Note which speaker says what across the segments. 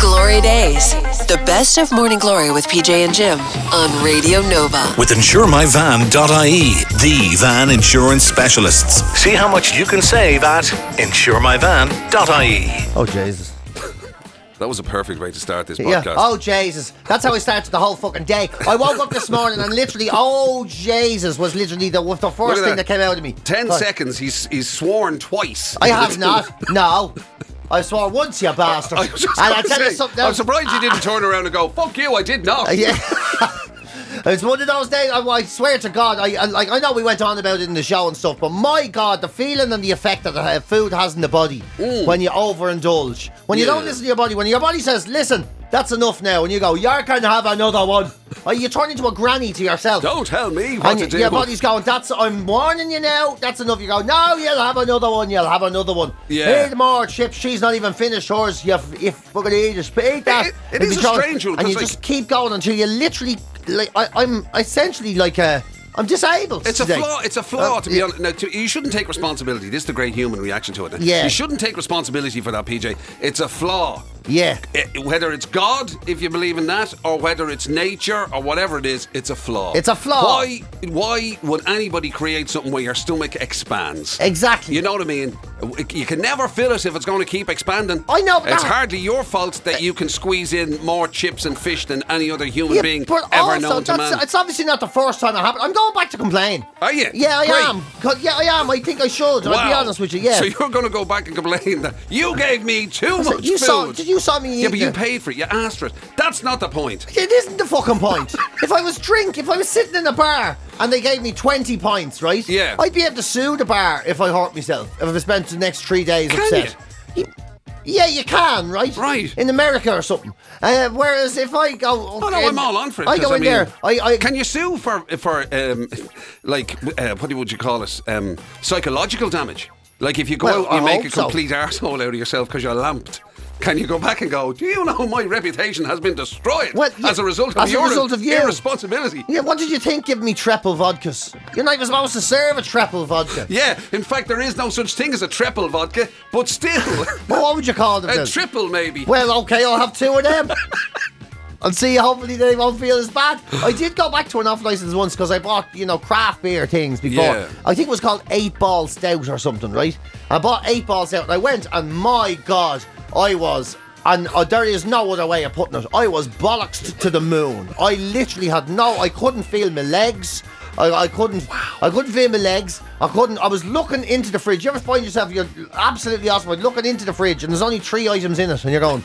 Speaker 1: Fridays. The best of Morning Glory with PJ and Jim on Radio Nova.
Speaker 2: with insuremyvan.ie, the van insurance specialists. See how much you can save at insuremyvan.ie.
Speaker 3: Oh Jesus!
Speaker 4: That was a perfect way to start this
Speaker 3: Yeah.
Speaker 4: podcast.
Speaker 3: Oh Jesus! That's how I started the whole fucking day. I woke up this morning and literally, oh Jesus, was literally the, was the
Speaker 4: Look
Speaker 3: first
Speaker 4: at
Speaker 3: thing that. came out of me.
Speaker 4: Ten
Speaker 3: But
Speaker 4: seconds. He's he's sworn twice.
Speaker 3: I have not. No, I swore once, you bastard.
Speaker 4: I was just
Speaker 3: And
Speaker 4: gonna
Speaker 3: tell you
Speaker 4: say,
Speaker 3: something
Speaker 4: I'm
Speaker 3: else.
Speaker 4: surprised you didn't turn around and go, "Fuck you!" I did not.
Speaker 3: Uh, Yeah. It's one of those days. I, I swear to God, I, I like. I know we went on about it in the show and stuff, but my God, the feeling and the effect that uh, food has in the body when you overindulge, when you don't
Speaker 4: Yeah.
Speaker 3: listen to your body, when your body says, "Listen, that's enough now," and you go, "You can have another one," or you turn into a granny to yourself.
Speaker 4: Don't tell me what
Speaker 3: And
Speaker 4: to
Speaker 3: y-
Speaker 4: do.
Speaker 3: your body's going, that's, I'm warning you now, that's enough. You go, no, you'll have another one, you'll have another one.
Speaker 4: Yeah.
Speaker 3: Eat more chips, she's not even finished hers. You, f- you fucking eat, just eat that.
Speaker 4: It- it
Speaker 3: It'd
Speaker 4: is
Speaker 3: be
Speaker 4: a
Speaker 3: going-
Speaker 4: strange one,
Speaker 3: And
Speaker 4: 'cause,
Speaker 3: you
Speaker 4: like-
Speaker 3: just keep going until you literally, like, I, I'm essentially like a, I'm disabled.
Speaker 4: It's a
Speaker 3: today.
Speaker 4: flaw. It's a flaw.
Speaker 3: Uh,
Speaker 4: to be honest, now, to, you shouldn't take responsibility. This is the great human reaction to it.
Speaker 3: Yeah.
Speaker 4: you shouldn't take responsibility for that, PJ. It's a flaw.
Speaker 3: Yeah.
Speaker 4: It- whether it's God, if you believe in that, or whether it's nature or whatever it is, it's a flaw.
Speaker 3: It's a flaw.
Speaker 4: Why? Why would anybody create something where your stomach expands?
Speaker 3: Exactly.
Speaker 4: You know what I mean? You can never fill it if it's going to keep expanding.
Speaker 3: I know, but
Speaker 4: it's
Speaker 3: that-
Speaker 4: hardly your fault that you can squeeze in more chips and fish than any other human
Speaker 3: Yeah,
Speaker 4: being
Speaker 3: but
Speaker 4: ever
Speaker 3: also,
Speaker 4: known to
Speaker 3: that's-
Speaker 4: man.
Speaker 3: It's obviously not the first time it happened. I'm going back to complain.
Speaker 4: Are you?
Speaker 3: Yeah, I
Speaker 4: Great.
Speaker 3: am. 'Cause- Yeah, I am. I think I should. I'll be
Speaker 4: Wow.
Speaker 3: honest with you. Yeah.
Speaker 4: So you're going to go back and complain that you gave me
Speaker 3: So
Speaker 4: too much
Speaker 3: you
Speaker 4: food.
Speaker 3: saw- you saw me
Speaker 4: Yeah, but
Speaker 3: eat
Speaker 4: you
Speaker 3: the-
Speaker 4: paid for it. You asked for it. That's not the point.
Speaker 3: It isn't the fucking point. if I was drink, if I was sitting in a bar and they gave me twenty pints, right?
Speaker 4: Yeah.
Speaker 3: I'd be able to sue the bar if I hurt myself. If I spent the next three days
Speaker 4: Can
Speaker 3: upset. Y- Yeah, you can, right?
Speaker 4: Right.
Speaker 3: In America or something. Uh, whereas if I go,
Speaker 4: Oh no,
Speaker 3: in-
Speaker 4: I'm all on for it.
Speaker 3: I
Speaker 4: 'cause,
Speaker 3: go in
Speaker 4: mean,
Speaker 3: there. I, I
Speaker 4: can you sue for for um, like uh, what would you call it? Um, psychological damage. Like if you go
Speaker 3: Well,
Speaker 4: out and you
Speaker 3: I
Speaker 4: make a
Speaker 3: hope so.
Speaker 4: complete arsehole out of yourself because you're lamped. Can you go back and go? Do you know my reputation has been destroyed
Speaker 3: Well, yeah,
Speaker 4: as a result of
Speaker 3: as a
Speaker 4: your
Speaker 3: result of you."
Speaker 4: irresponsibility?
Speaker 3: Yeah, what did you think? Give me triple vodkas. You're not even supposed to serve a triple vodka.
Speaker 4: Yeah, in fact, there is no such thing as a triple vodka, but still,
Speaker 3: Well, what would you call them?
Speaker 4: a
Speaker 3: then?
Speaker 4: triple maybe.
Speaker 3: Well, okay, I'll have two of them. And see, hopefully they won't feel as bad. I did go back to an off license once because I bought, you know, craft beer things before.
Speaker 4: Yeah.
Speaker 3: I think it was called Eight Ball Stout or something, right? I bought Eight Ball Stout and I went, and my God, I was, and uh, there is no other way of putting it. I was bollocksed to the moon. I literally had no, I couldn't feel my legs. I, I couldn't, I couldn't feel my legs. I couldn't. I was looking into the fridge. You ever find yourself you're absolutely awesome looking into the fridge and there's only three items in it, and you're going,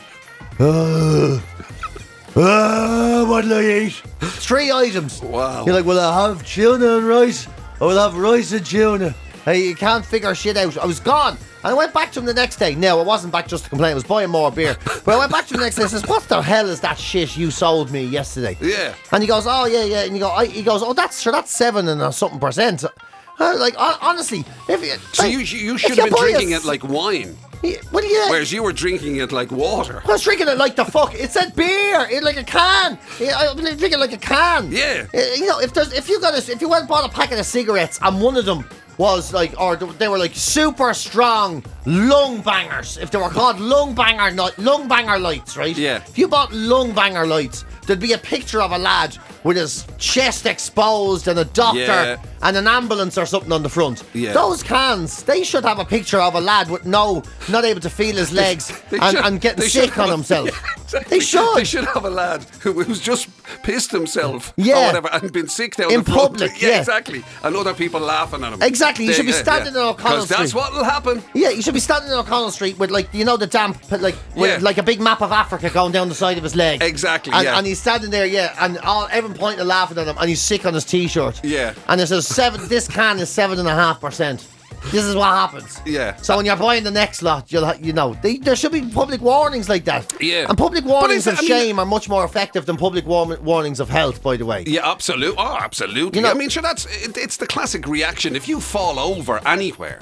Speaker 3: Ah,
Speaker 4: Uh,
Speaker 3: what'll I eat? Three items.
Speaker 4: Wow.
Speaker 3: You're like, well, I have tuna and rice. I will have rice and tuna. Hey, you can't figure shit out. I was gone. And I went back to him the next day. No, I wasn't back just to complain. I was buying more beer. But I went back to him the next day and says, what the hell is that shit you sold me yesterday?
Speaker 4: Yeah.
Speaker 3: And he goes, oh, yeah, yeah. And you go, I, he goes, oh, that's sure, that's seven and uh, something percent. Uh, like, hon- honestly, if you...
Speaker 4: so
Speaker 3: like,
Speaker 4: you sh- you
Speaker 3: if
Speaker 4: should
Speaker 3: you
Speaker 4: have been
Speaker 3: buy a
Speaker 4: drinking
Speaker 3: s-
Speaker 4: it like wine,
Speaker 3: Yeah, What do you...
Speaker 4: whereas you were drinking it like water.
Speaker 3: I was drinking it like the fuck. It said beer in like a can. Yeah, I was drinking it like a can.
Speaker 4: Yeah.
Speaker 3: Uh, You know, if there's if you got a, if you went and bought a packet of cigarettes and one of them was like or th- they were like super strong lung bangers. If they were called lung banger night lung banger lights, right?
Speaker 4: Yeah.
Speaker 3: If you bought lung banger lights, there'd be a picture of a lad with his chest exposed and a doctor
Speaker 4: Yeah.
Speaker 3: and an ambulance or something on the front.
Speaker 4: Yeah.
Speaker 3: Those cans, they should have a picture of a lad with no not able to feel his legs
Speaker 4: They
Speaker 3: and,
Speaker 4: should-
Speaker 3: and getting
Speaker 4: they should
Speaker 3: sick on
Speaker 4: have-
Speaker 3: himself.
Speaker 4: Yeah, exactly.
Speaker 3: They should.
Speaker 4: They should have a lad who, who's just pissed himself or
Speaker 3: Yeah.
Speaker 4: whatever and been sick down
Speaker 3: In
Speaker 4: the front.
Speaker 3: public,
Speaker 4: Yeah,
Speaker 3: yeah.
Speaker 4: exactly. And other people laughing at him.
Speaker 3: Exactly, you
Speaker 4: They-
Speaker 3: should be
Speaker 4: yeah,
Speaker 3: standing
Speaker 4: yeah.
Speaker 3: in O'Connell
Speaker 4: 'Cause That's
Speaker 3: Street.
Speaker 4: what will happen.
Speaker 3: Yeah, you should be standing in O'Connell Street with like you know the damp like with
Speaker 4: Yeah.
Speaker 3: like a big map of Africa going down the side of his leg.
Speaker 4: Exactly,
Speaker 3: And,
Speaker 4: yeah.
Speaker 3: and he's standing there, yeah, and all everyone pointing and laughing at him, and he's sick on his t-shirt.
Speaker 4: Yeah.
Speaker 3: And it says seven. This can is seven and a half percent. This is what happens.
Speaker 4: Yeah.
Speaker 3: So when you're buying the next lot, you'll ha- you know they, there should be public warnings like that.
Speaker 4: Yeah.
Speaker 3: And public
Speaker 4: But is
Speaker 3: warnings
Speaker 4: it-
Speaker 3: of
Speaker 4: I mean-
Speaker 3: shame are much more effective than public war- warnings of health, by the way.
Speaker 4: Yeah, absolutely. Oh, absolutely.
Speaker 3: You know-
Speaker 4: I mean, sure, that's it, it's the classic reaction. If you fall over anywhere,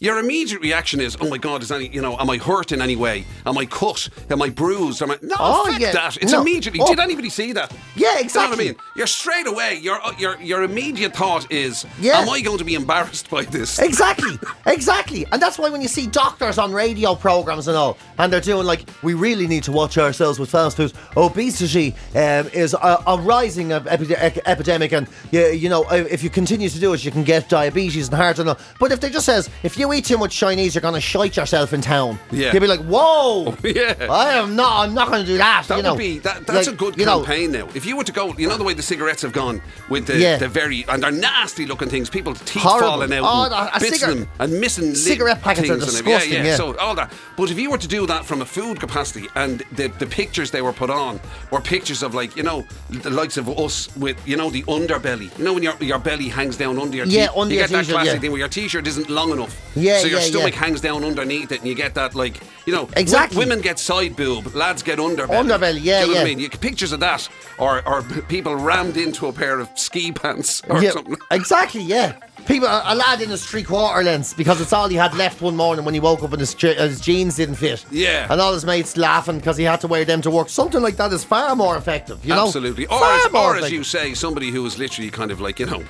Speaker 4: your immediate reaction is, "Oh my God, is any you know, am I hurt in any way? Am I cut? Am I bruised? Am I no?
Speaker 3: Oh,
Speaker 4: fuck
Speaker 3: yeah.
Speaker 4: that! It's
Speaker 3: No.
Speaker 4: immediately.
Speaker 3: Oh.
Speaker 4: Did anybody see that?
Speaker 3: Yeah,
Speaker 4: You know
Speaker 3: exactly.
Speaker 4: what I mean? You're straight away. Your your your immediate thought is,
Speaker 3: Yeah.
Speaker 4: "Am I going to be embarrassed by this?"
Speaker 3: Exactly, exactly. And that's why when you see doctors on radio programs and all, and they're doing like, we really need to watch ourselves with fast foods. Obesity um, is a, a rising ep- epi- ec- epidemic, and you, you know, i- if you continue to do it, you can get diabetes and heart and all. But if they just says, if you eat too much Chinese, you're going to shite yourself in town.
Speaker 4: Yeah.
Speaker 3: You'd be like, whoa.
Speaker 4: Yeah.
Speaker 3: I am not, I'm not going to do that.
Speaker 4: That
Speaker 3: you know.
Speaker 4: would be that, that's
Speaker 3: Like,
Speaker 4: a good
Speaker 3: you know,
Speaker 4: campaign now. If you were to go, you know the way the cigarettes have gone with the,
Speaker 3: Yeah.
Speaker 4: the very and they're nasty looking things. People's teeth
Speaker 3: Horrible.
Speaker 4: falling out,
Speaker 3: Oh,
Speaker 4: and
Speaker 3: a- a
Speaker 4: bits
Speaker 3: cigar-
Speaker 4: of them and missing lid
Speaker 3: cigarette packets are
Speaker 4: things and everything.
Speaker 3: disgusting,
Speaker 4: Yeah,
Speaker 3: yeah.
Speaker 4: So all that. But if you were to do that from a food capacity, and the, the pictures they were put on were pictures of like you know the likes of us with you know the underbelly. You know when your your belly hangs down under your
Speaker 3: Yeah,
Speaker 4: teeth.
Speaker 3: under
Speaker 4: you
Speaker 3: your
Speaker 4: get that
Speaker 3: t-shirt,
Speaker 4: classic
Speaker 3: yeah.
Speaker 4: thing where your t-shirt isn't long enough.
Speaker 3: Yeah,
Speaker 4: So your
Speaker 3: yeah, yeah.
Speaker 4: stomach hangs down underneath it, and you get that like you know
Speaker 3: Exactly.
Speaker 4: Women get side boob, lads get underbelly.
Speaker 3: Underbelly, Oh, yeah, yeah.
Speaker 4: Do you know What I mean? You, pictures of that, or, or people rammed into a pair of ski pants or
Speaker 3: yeah,
Speaker 4: something.
Speaker 3: Exactly, yeah. People, a, a lad in his three quarter lengths because it's all he had left one morning when he woke up and his, je- his jeans didn't fit.
Speaker 4: Yeah.
Speaker 3: And all his mates laughing because he had to wear them to work. Something like that is far more effective, you know?
Speaker 4: Absolutely. Or,
Speaker 3: Far
Speaker 4: as,
Speaker 3: more
Speaker 4: or as you
Speaker 3: effective.
Speaker 4: say, somebody who is literally kind of like, you know,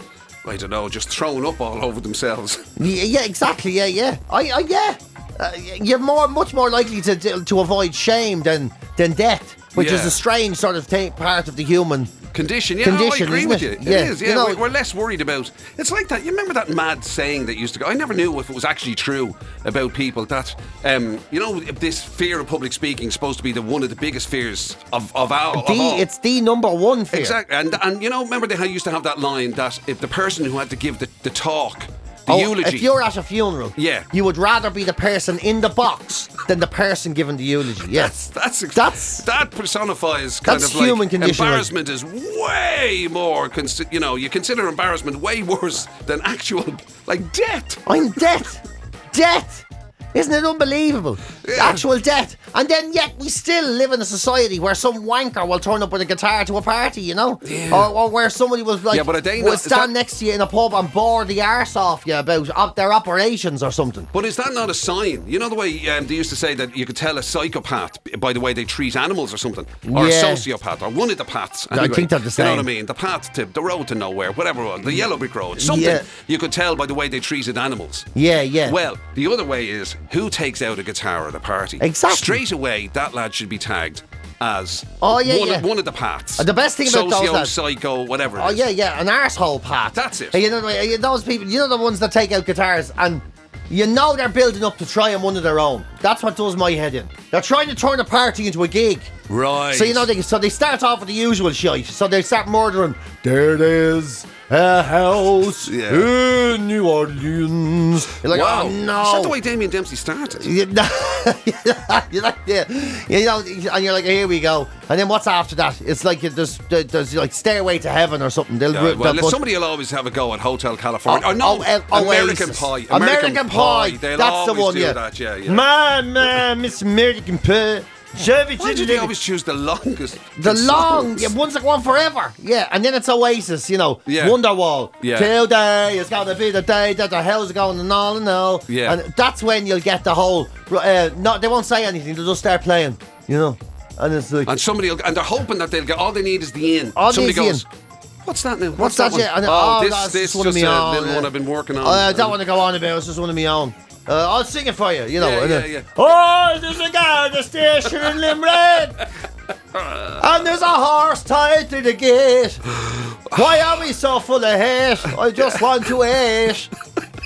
Speaker 4: I don't know, just thrown up all over themselves.
Speaker 3: Yeah, yeah, exactly, yeah, yeah. I, I yeah. Uh, y- you're more, much more likely to d- to avoid shame than than death, which is
Speaker 4: Yeah.
Speaker 3: a strange sort of thing, part of the human.
Speaker 4: Condition, yeah,
Speaker 3: Condition,
Speaker 4: no, I agree
Speaker 3: isn't
Speaker 4: with you.
Speaker 3: it?
Speaker 4: It
Speaker 3: Yeah,
Speaker 4: is,
Speaker 3: you
Speaker 4: yeah.
Speaker 3: know-
Speaker 4: we- we're less worried about. It's like that. You remember that mad saying that used to go? I never knew if it was actually true about people that, um, you know, this fear of public speaking is supposed to be the one of the biggest fears of of our. of
Speaker 3: The,
Speaker 4: all.
Speaker 3: it's the number one fear.
Speaker 4: Exactly, and and you know, remember they used to have that line that if the person who had to give the, the talk, the
Speaker 3: Oh,
Speaker 4: eulogy,
Speaker 3: If you're at a funeral,
Speaker 4: Yeah.
Speaker 3: you would rather be the person in the box than the person giving the eulogy.
Speaker 4: that's
Speaker 3: Yes.
Speaker 4: that's
Speaker 3: That's-
Speaker 4: that personifies kind
Speaker 3: that's
Speaker 4: of like
Speaker 3: human condition, right?
Speaker 4: embarrassment is way more consi- you know you consider embarrassment way worse than actual like death.
Speaker 3: I'm dead. Dead. Isn't it unbelievable?
Speaker 4: Yeah.
Speaker 3: Actual death. And then yet we still live in a society where some wanker will turn up with a guitar to a party, you know? Or, or where somebody was like
Speaker 4: Yeah, but I think
Speaker 3: will
Speaker 4: that- is
Speaker 3: stand
Speaker 4: that-
Speaker 3: next to you in a pub and bore the arse off you about op- their operations or something.
Speaker 4: But is that not a sign? You know the way um, they used to say that you could tell a psychopath b- by the way they treat animals or something, or
Speaker 3: Yeah.
Speaker 4: a sociopath, or one of the paths.
Speaker 3: I
Speaker 4: anyway.
Speaker 3: think they're the
Speaker 4: You know what I
Speaker 3: same. Mm.
Speaker 4: mean? The path to the road to nowhere, whatever, it was, the yellow brick road, something
Speaker 3: Yeah.
Speaker 4: you could tell by the way they treated animals.
Speaker 3: Yeah, yeah.
Speaker 4: Well, the other way is who takes out a guitar at a party?
Speaker 3: Exactly.
Speaker 4: Straight away, that lad should be tagged as
Speaker 3: Oh, yeah,
Speaker 4: one,
Speaker 3: yeah.
Speaker 4: Of, one of the paths.
Speaker 3: And the best thing about those
Speaker 4: Socio,
Speaker 3: lads-
Speaker 4: psycho, whatever. it
Speaker 3: Oh
Speaker 4: is.
Speaker 3: yeah, yeah, an arsehole part.
Speaker 4: That's it.
Speaker 3: You know the way- those people. You know the ones that take out guitars, and you know they're building up to try and one of their own. That's what does my head in. They're trying to turn a party into a gig.
Speaker 4: Right.
Speaker 3: So you know they so they start off with the usual shite. So they start murdering. There it is. A house
Speaker 4: Yeah.
Speaker 3: in New Orleans. You're like,
Speaker 4: wow.
Speaker 3: oh no.
Speaker 4: Is that the way Damien Dempsey started?
Speaker 3: You know, you're like, yeah, you know, and you're like, here we go. And then what's after that? It's like there's there's like Stairway to Heaven or something. They'll,
Speaker 4: Yeah, well,
Speaker 3: they'll
Speaker 4: if
Speaker 3: put-
Speaker 4: somebody will always have a go at Hotel California. Oh, no,
Speaker 3: oh, El-
Speaker 4: American
Speaker 3: Oasis.
Speaker 4: Pie.
Speaker 3: American Pie.
Speaker 4: They'll
Speaker 3: That's the
Speaker 4: always
Speaker 3: one.
Speaker 4: do
Speaker 3: yeah.
Speaker 4: that. Yeah, yeah.
Speaker 3: My man, Miss American Pie. Service
Speaker 4: Why
Speaker 3: is
Speaker 4: do they
Speaker 3: the-
Speaker 4: always choose the longest?
Speaker 3: the long,
Speaker 4: songs?
Speaker 3: yeah, one's like one forever. Yeah, and then it's Oasis, you know,
Speaker 4: Yeah.
Speaker 3: Wonderwall.
Speaker 4: Yeah.
Speaker 3: Today is going to be the day that the hell's going and all and all.
Speaker 4: Yeah.
Speaker 3: And that's when you'll get the whole, uh, no, they won't say anything, they'll just start playing, you know. And it's like,
Speaker 4: And somebody will, and they're hoping that they'll get. All they need is the in.
Speaker 3: All
Speaker 4: somebody
Speaker 3: they need is
Speaker 4: goes.
Speaker 3: the
Speaker 4: What's that now? What's,
Speaker 3: What's that
Speaker 4: one?
Speaker 3: yet? And-
Speaker 4: oh,
Speaker 3: oh,
Speaker 4: this,
Speaker 3: that's
Speaker 4: this
Speaker 3: just one of
Speaker 4: just
Speaker 3: me
Speaker 4: a
Speaker 3: own,
Speaker 4: little
Speaker 3: Oh, yeah.
Speaker 4: one I've been working on.
Speaker 3: I don't want to go on about it, it's just one of my own. Uh, I'll sing it for you, you know.
Speaker 4: Yeah,
Speaker 3: and
Speaker 4: yeah,
Speaker 3: then,
Speaker 4: yeah.
Speaker 3: Oh, there's a guy at the station in Limerick, and there's a horse tied to the gate. Why are we so full of hate? I just want to eat.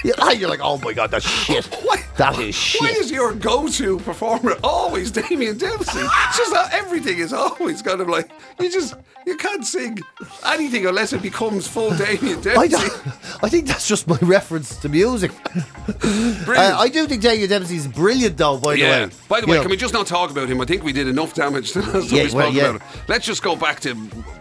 Speaker 3: Yeah, You're like, oh my god, that's shit.
Speaker 4: Why-
Speaker 3: That is
Speaker 4: Why
Speaker 3: shit.
Speaker 4: is your go-to performer always Damien Dempsey? it's just that everything is always kind of like you just you can't sing anything unless it becomes full Damien
Speaker 3: I,
Speaker 4: Dempsey.
Speaker 3: don't, I think that's just my reference to music.
Speaker 4: Brilliant.
Speaker 3: Uh, I do think Daniel Dempsey's brilliant, though. By
Speaker 4: yeah.
Speaker 3: the way,
Speaker 4: By the way,
Speaker 3: You know,
Speaker 4: can we just not talk about him? I think we did enough damage the last time
Speaker 3: Yeah,
Speaker 4: we spoke
Speaker 3: well, yeah.
Speaker 4: about it. Let's just go back to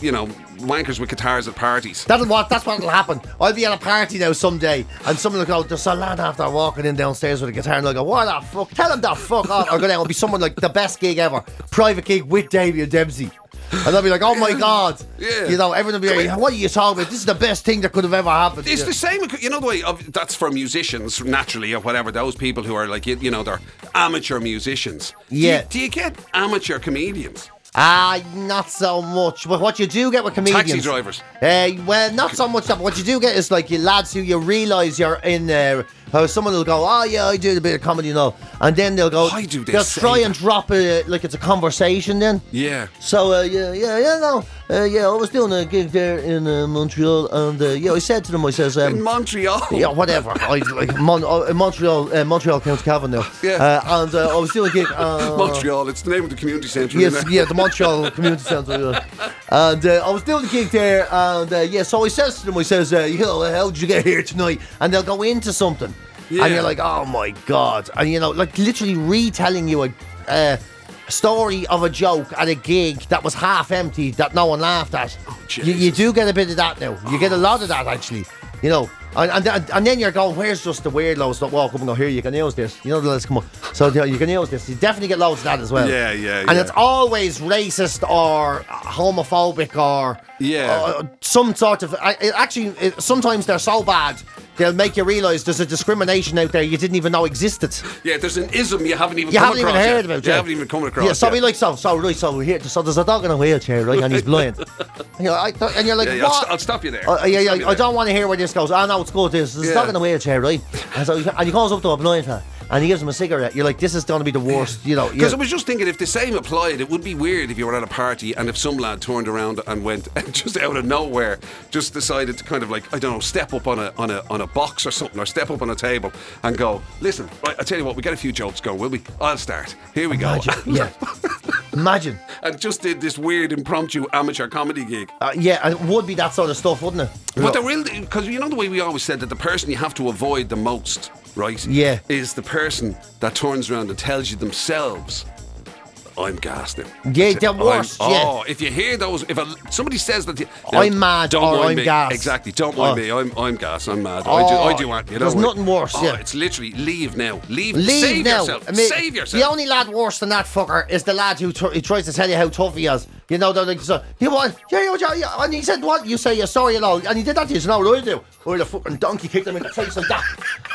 Speaker 4: you know wankers with guitars at parties.
Speaker 3: That'll what that's what'll happen. I'll be at a party now someday and someone will go, There's a lad after walking in downstairs with a guitar and they'll go, What the fuck? Tell him the fuck off or go down. It'll be someone like the best gig ever. Private gig with Damien Dempsey. And they'll be like, oh my God.
Speaker 4: Yeah.
Speaker 3: You know, everyone will be like, what are you talking about? This is the best thing that could have ever happened.
Speaker 4: It's
Speaker 3: Yeah.
Speaker 4: the same, you know, the way of, that's for musicians naturally or whatever. Those people who are like, you, you know, they're amateur musicians. Do you-
Speaker 3: Yeah.
Speaker 4: Do you, get amateur comedians?
Speaker 3: Ah, not so much. But what you do get with comedians,
Speaker 4: Taxi drivers.
Speaker 3: Uh, well, not so much. That, but what you do get is like you lads who you realise you're in there. How someone will go, oh yeah, I do a bit of comedy now, and then they'll go,
Speaker 4: Why do they
Speaker 3: will
Speaker 4: say
Speaker 3: try and
Speaker 4: that?
Speaker 3: drop it like it's a conversation. Then
Speaker 4: Yeah.
Speaker 3: so uh, yeah, yeah, yeah, no, uh, yeah. I was doing a gig there in uh, Montreal, and uh, yeah, I said to them, I says, um,
Speaker 4: In Montreal.
Speaker 3: yeah, whatever. I like Mon- uh, in Montreal, uh, Montreal Counts Cavanaugh.
Speaker 4: Yeah.
Speaker 3: Uh, and uh, I was doing a gig. Uh,
Speaker 4: Montreal, it's the name of the community centre.
Speaker 3: Yes,
Speaker 4: isn't it?
Speaker 3: yeah, the Montreal Community Centre. Yeah. And uh, I was doing the gig there, and uh, yeah, so he says to them, he says, uh, you know, how did you get here tonight? And they'll go into something,
Speaker 4: Yeah.
Speaker 3: and you're like, oh my god, and you know, like literally retelling you a. Uh, Story of a joke at a gig that was half empty that no one laughed at. you, you
Speaker 4: Oh, Jesus.
Speaker 3: do get a bit of that now. You get a lot of that actually. You know, and and, and, and then you're going, where's just the weirdos that walk up and go, here you can use this. You know, let's come on. So you know, you can use this. You definitely get loads of that as well.
Speaker 4: Yeah, yeah,
Speaker 3: And
Speaker 4: yeah.
Speaker 3: it's always racist or homophobic or
Speaker 4: Yeah.
Speaker 3: uh, some sort of. I, it actually, it, sometimes they're so bad they'll make you realise there's a discrimination out there you didn't even know existed.
Speaker 4: Yeah, there's an ism you haven't even
Speaker 3: You
Speaker 4: come
Speaker 3: haven't even
Speaker 4: across
Speaker 3: heard
Speaker 4: yet.
Speaker 3: about.
Speaker 4: You
Speaker 3: yeah.
Speaker 4: haven't even come across
Speaker 3: Yeah, so we
Speaker 4: yet.
Speaker 3: like so so right so here so there's a dog in a wheelchair right and he's blind. you know, I th- and you're like
Speaker 4: Yeah, yeah, I'll,
Speaker 3: what?
Speaker 4: st- I'll stop you there.
Speaker 3: Uh, yeah, yeah,
Speaker 4: I'll stop you
Speaker 3: I
Speaker 4: there.
Speaker 3: don't want to hear where this goes. I know it's good. This it's
Speaker 4: Yeah.
Speaker 3: not in a wheelchair, right? And so he, and he goes up to a blind fella and he gives him a cigarette. You're like, this is going to be the worst, you know.
Speaker 4: Because
Speaker 3: yeah.
Speaker 4: I was just thinking, if the same applied, it would be weird if you were at a party and if some lad turned around and went just out of nowhere, just decided to kind of like I don't know, step up on a on a on a box or something, or step up on a table and go, listen, right, I tell you what, we get a few jokes going, will we? I'll start. Here we go,
Speaker 3: Imagine, yeah. Imagine.
Speaker 4: and just did this weird impromptu amateur comedy gig.
Speaker 3: Uh, yeah, and it would be that sort of stuff, wouldn't it?
Speaker 4: But the real, because you know the way we always said that the person you have to avoid the most, right?
Speaker 3: Yeah.
Speaker 4: Is the person that turns around and tells you themselves, "I'm gassed now."
Speaker 3: Yeah,
Speaker 4: Say,
Speaker 3: they're
Speaker 4: "I'm-
Speaker 3: worse, yeah.
Speaker 4: Oh, if you hear those, if a, somebody says that, to you,
Speaker 3: I'm mad
Speaker 4: Don't
Speaker 3: or
Speaker 4: mind
Speaker 3: I'm
Speaker 4: me.
Speaker 3: gassed.
Speaker 4: Exactly. Don't mind
Speaker 3: Oh.
Speaker 4: me. I'm I'm gassed. I'm mad.
Speaker 3: Oh,
Speaker 4: I do. I do. want- You know,
Speaker 3: there's
Speaker 4: like,
Speaker 3: nothing worse,
Speaker 4: Oh,
Speaker 3: yeah.
Speaker 4: it's literally leave now. Leave.
Speaker 3: Leave
Speaker 4: save
Speaker 3: now.
Speaker 4: yourself.
Speaker 3: I mean,
Speaker 4: save yourself.
Speaker 3: The only lad worse than that fucker is the lad who, tr- who tries to tell you how tough he is. You know, they're like, so, you what? Yeah, yeah, yeah, yeah. And he said, what? You say you're sorry and all. And he did that to you. So now what do I do? Or the fucking donkey kicked him in the face like that.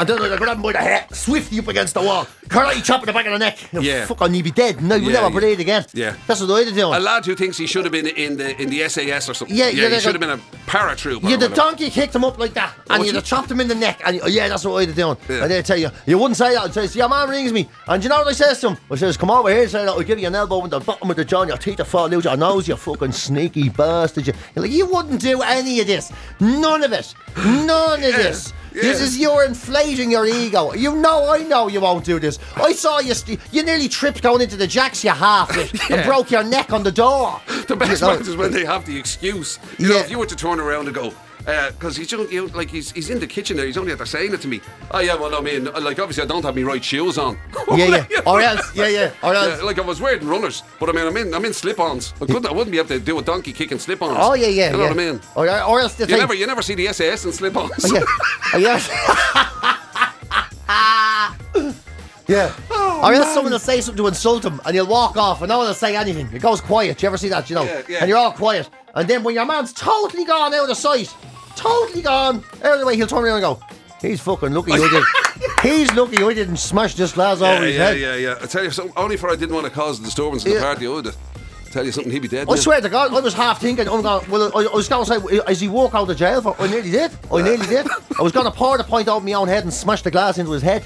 Speaker 3: And then I grabbed him by the head, swift you up against the wall, karate chop in the back of the neck.
Speaker 4: Yeah.
Speaker 3: Fuck, and he'd be dead. No, you would
Speaker 4: Yeah,
Speaker 3: never
Speaker 4: yeah.
Speaker 3: breathe again.
Speaker 4: Yeah.
Speaker 3: That's what I'd do.
Speaker 4: a lad who thinks he should have been in the in the SAS or something.
Speaker 3: Yeah, yeah,
Speaker 4: yeah he
Speaker 3: like
Speaker 4: should
Speaker 3: a-
Speaker 4: have been a paratrooper. or
Speaker 3: You'd have
Speaker 4: whatever.
Speaker 3: donkey kicked him up like that, and
Speaker 4: Would
Speaker 3: you'd
Speaker 4: you?
Speaker 3: have chopped him in the neck, and you- yeah, that's what I'd have done.
Speaker 4: Yeah.
Speaker 3: And they'd tell you, you wouldn't say that. I'd say, "See, your man rings me, and you know what I says to him? I says, come over here, say that, I'll give you an elbow in the bottom of the jaw, and your teeth will fall out your nose, you fucking sneaky bastard. You, You're like, you wouldn't do any of this. None of it. None of this.
Speaker 4: yeah.
Speaker 3: This is you're inflating your ego. You know, I know you won't do this. I saw you. St- you nearly tripped going into the jacks. You half it and broke your neck on the door.
Speaker 4: The best
Speaker 3: You know?
Speaker 4: part is when they have the excuse. You know,
Speaker 3: Yeah.
Speaker 4: if you were to turn around and go, uh, because he's just, you know, like he's, he's in the kitchen there. He's only out there saying it to me. Oh yeah, well I mean, like obviously I don't have my right shoes on.
Speaker 3: Yeah, yeah. Or else, yeah, yeah. Or else.
Speaker 4: Yeah, like I was wearing runners, but I mean, I'm in, I'm in slip-ons. I couldn't, I wouldn't be able to do a donkey kick in slip-ons.
Speaker 3: Oh yeah, yeah.
Speaker 4: You know
Speaker 3: yeah.
Speaker 4: what I mean?
Speaker 3: Or, or else they
Speaker 4: You
Speaker 3: think,
Speaker 4: never, you never see the SAS in slip-ons.
Speaker 3: yeah, Oh, yeah. yeah.
Speaker 4: Oh,
Speaker 3: or else someone will say something to insult him, and he'll walk off, and no one will say anything. It goes quiet. You ever see that? You know,
Speaker 4: Yeah, yeah.
Speaker 3: and you're all quiet, and then when your man's totally gone out of sight, totally gone out of the way, he'll turn around and go, "He's fucking lucky I did. He's lucky I didn't smash this glass
Speaker 4: yeah,
Speaker 3: over his
Speaker 4: yeah,
Speaker 3: head."
Speaker 4: yeah, yeah. I tell you something. Only for I didn't want to cause a disturbance in the
Speaker 3: Yeah.
Speaker 4: party. I would tell you something. He'd be dead.
Speaker 3: I
Speaker 4: now.
Speaker 3: swear to God, I was half thinking, I'm going, well, I, I was going to say, is he walk out of jail? For, I nearly did. I nearly did. I was going to pour the point out of my own head and smash the glass into his head.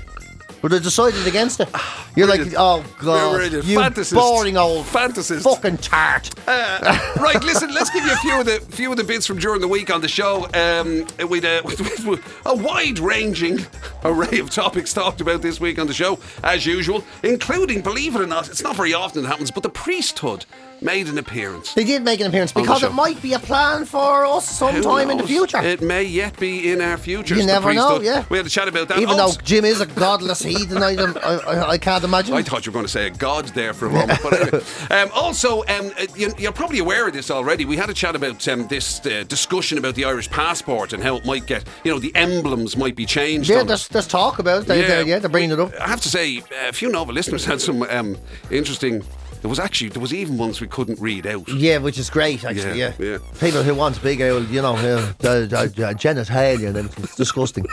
Speaker 3: But I decided against it. You're like,
Speaker 4: Brilliant.
Speaker 3: oh God,
Speaker 4: Brilliant.
Speaker 3: you
Speaker 4: Fantasist.
Speaker 3: boring old
Speaker 4: Fantasist.
Speaker 3: fucking tart.
Speaker 4: Uh, right, listen. Let's give you a few of the few of the bits from during the week on the show. Um, with a, with a wide-ranging array of topics talked about this week on the show, as usual, including, believe it or not, it's not very often it happens, but the priesthood made an appearance.
Speaker 3: They did make an appearance
Speaker 4: On the
Speaker 3: because
Speaker 4: show.
Speaker 3: it might be a plan for us
Speaker 4: Oh, Who
Speaker 3: sometime in the
Speaker 4: knows?
Speaker 3: future.
Speaker 4: It may yet be in our future.
Speaker 3: You never know, yeah.
Speaker 4: We had a chat about that. Oh,
Speaker 3: Even
Speaker 4: Also-
Speaker 3: though Jim is a godless heathen, I, don't- I, I, I can't imagine.
Speaker 4: I thought you were going to say a god there for a moment. But anyway. um, also, um, uh, you, you're probably aware of this already. We had a chat about um, this uh, discussion about the Irish passport and how it might get, you know, the emblems might be changed.
Speaker 3: yeah,
Speaker 4: on it.
Speaker 3: there's, there's talk about it. They, yeah. They're, yeah, they're bringing it up.
Speaker 4: I have to say, a few Nova listeners had some um, interesting There was actually there was even ones we couldn't read out.
Speaker 3: Yeah, which is great, actually. Yeah.
Speaker 4: Yeah, yeah.
Speaker 3: People who want big old, you know, uh, the, the, the genitalia and everything. It's disgusting.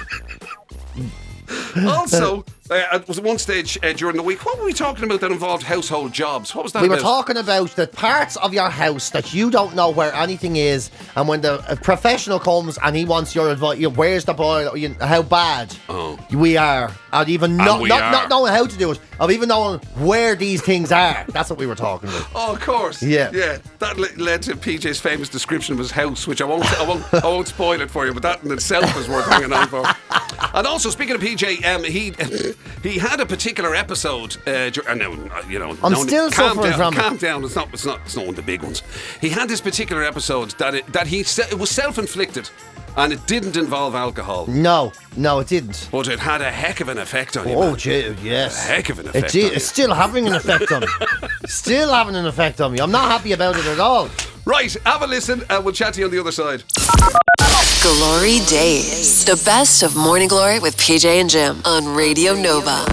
Speaker 4: also, uh, at was one stage uh, during the week, what were we talking about that involved household jobs? What was that?
Speaker 3: We were
Speaker 4: about?
Speaker 3: talking about the parts of your house that you don't know where anything is, and when the uh, professional comes and he wants your advice, you know, where's the boiler? You know, how bad
Speaker 4: Oh.
Speaker 3: we are, and even not,
Speaker 4: we
Speaker 3: not,
Speaker 4: are.
Speaker 3: not knowing how to do it, of even knowing where these things are. That's what we were talking about.
Speaker 4: Oh, of course.
Speaker 3: Yeah.
Speaker 4: yeah. That le- led to PJ's famous description of his house, which I won't, I won't, I won't spoil it for you. But that in itself is worth hanging on for. And also, speaking of PJ, um, he he had a particular episode. Uh, dur- uh, no, uh, you know,
Speaker 3: I'm
Speaker 4: no,
Speaker 3: still
Speaker 4: calm
Speaker 3: suffering
Speaker 4: down,
Speaker 3: from it.
Speaker 4: Calm down. It's not. It's not. It's not one of the big ones. He had this particular episode that it, that he se- it was self inflicted, and it didn't involve alcohol,
Speaker 3: No, no, it didn't.
Speaker 4: but it had a heck of an effect on you.
Speaker 3: Oh,
Speaker 4: man.
Speaker 3: gee, yes.
Speaker 4: Heck of an
Speaker 3: It
Speaker 4: effect
Speaker 3: did-
Speaker 4: on
Speaker 3: it's
Speaker 4: you.
Speaker 3: still having an effect on me. still having an effect on me. I'm not happy about it at all.
Speaker 4: Right, have a listen, and we'll chat to you on the other side.
Speaker 1: Glory Days. The best of Morning Glory with PJ and Jim on Radio Nova.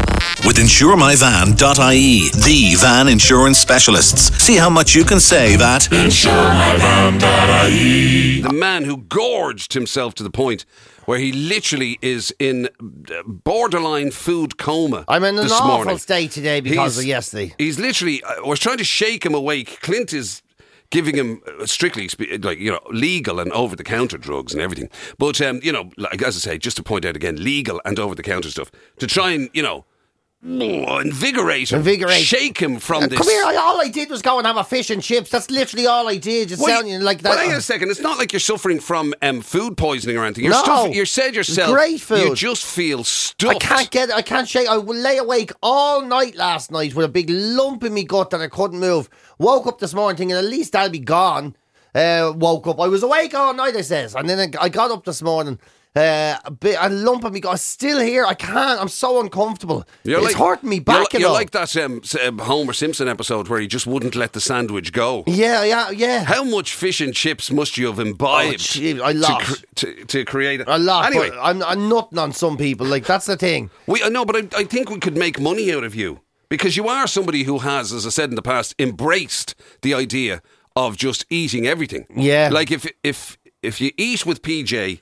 Speaker 2: With insuremyvan.ie, the van insurance specialists. See how much you can save at
Speaker 4: The man who gorged himself to the point where he literally is in uh, borderline food coma.
Speaker 3: I'm in an
Speaker 4: this
Speaker 3: awful
Speaker 4: morning.
Speaker 3: state today because of yesterday.
Speaker 4: He's literally. uh, I was trying to shake him awake. Clint is giving him uh, strictly spe- like you know legal and over the counter drugs and everything. But um, you know, like as I say, just to point out again, legal and over the counter stuff to try and you know. Invigorate him,
Speaker 3: Invigorate.
Speaker 4: shake him from this.
Speaker 3: Uh, Come here, I, all I did was go and have a fish and chips. That's literally all I did. It's
Speaker 4: Wait-
Speaker 3: sounding like
Speaker 4: Well, hang on a
Speaker 3: that.
Speaker 4: second. It's not like you're suffering from um, food poisoning or anything. You're
Speaker 3: No.
Speaker 4: stuff- you said yourself.
Speaker 3: Great food.
Speaker 4: You just feel
Speaker 3: I
Speaker 4: stuffed.
Speaker 3: can't get I can't shake. I lay awake all night last night with a big lump in my gut that I couldn't move. Woke up this morning thinking, at least I'll be gone. Uh, woke up. I was awake all night, I says. And then I, I got up this morning. Uh, a, bit, a lump in me gut. I'm still here. I can't. I'm so uncomfortable.
Speaker 4: You're
Speaker 3: it's
Speaker 4: like,
Speaker 3: hurting me back
Speaker 4: You're,
Speaker 3: and
Speaker 4: you're
Speaker 3: all.
Speaker 4: like that um, s- um, Homer Simpson episode where he just wouldn't let the sandwich go.
Speaker 3: Yeah, yeah, yeah.
Speaker 4: How much fish and chips must you have
Speaker 3: Oh,
Speaker 4: imbibed?
Speaker 3: gee, I
Speaker 4: to
Speaker 3: lost.
Speaker 4: to, to create a,
Speaker 3: a lot.
Speaker 4: Anyway,
Speaker 3: but I'm, I'm nutting on some people. Like that's the thing.
Speaker 4: we I know, but I, I think we could make money out of you because you are somebody who has, as I said in the past, embraced the idea of just eating everything.
Speaker 3: Yeah.
Speaker 4: Like if if if you eat with PJ,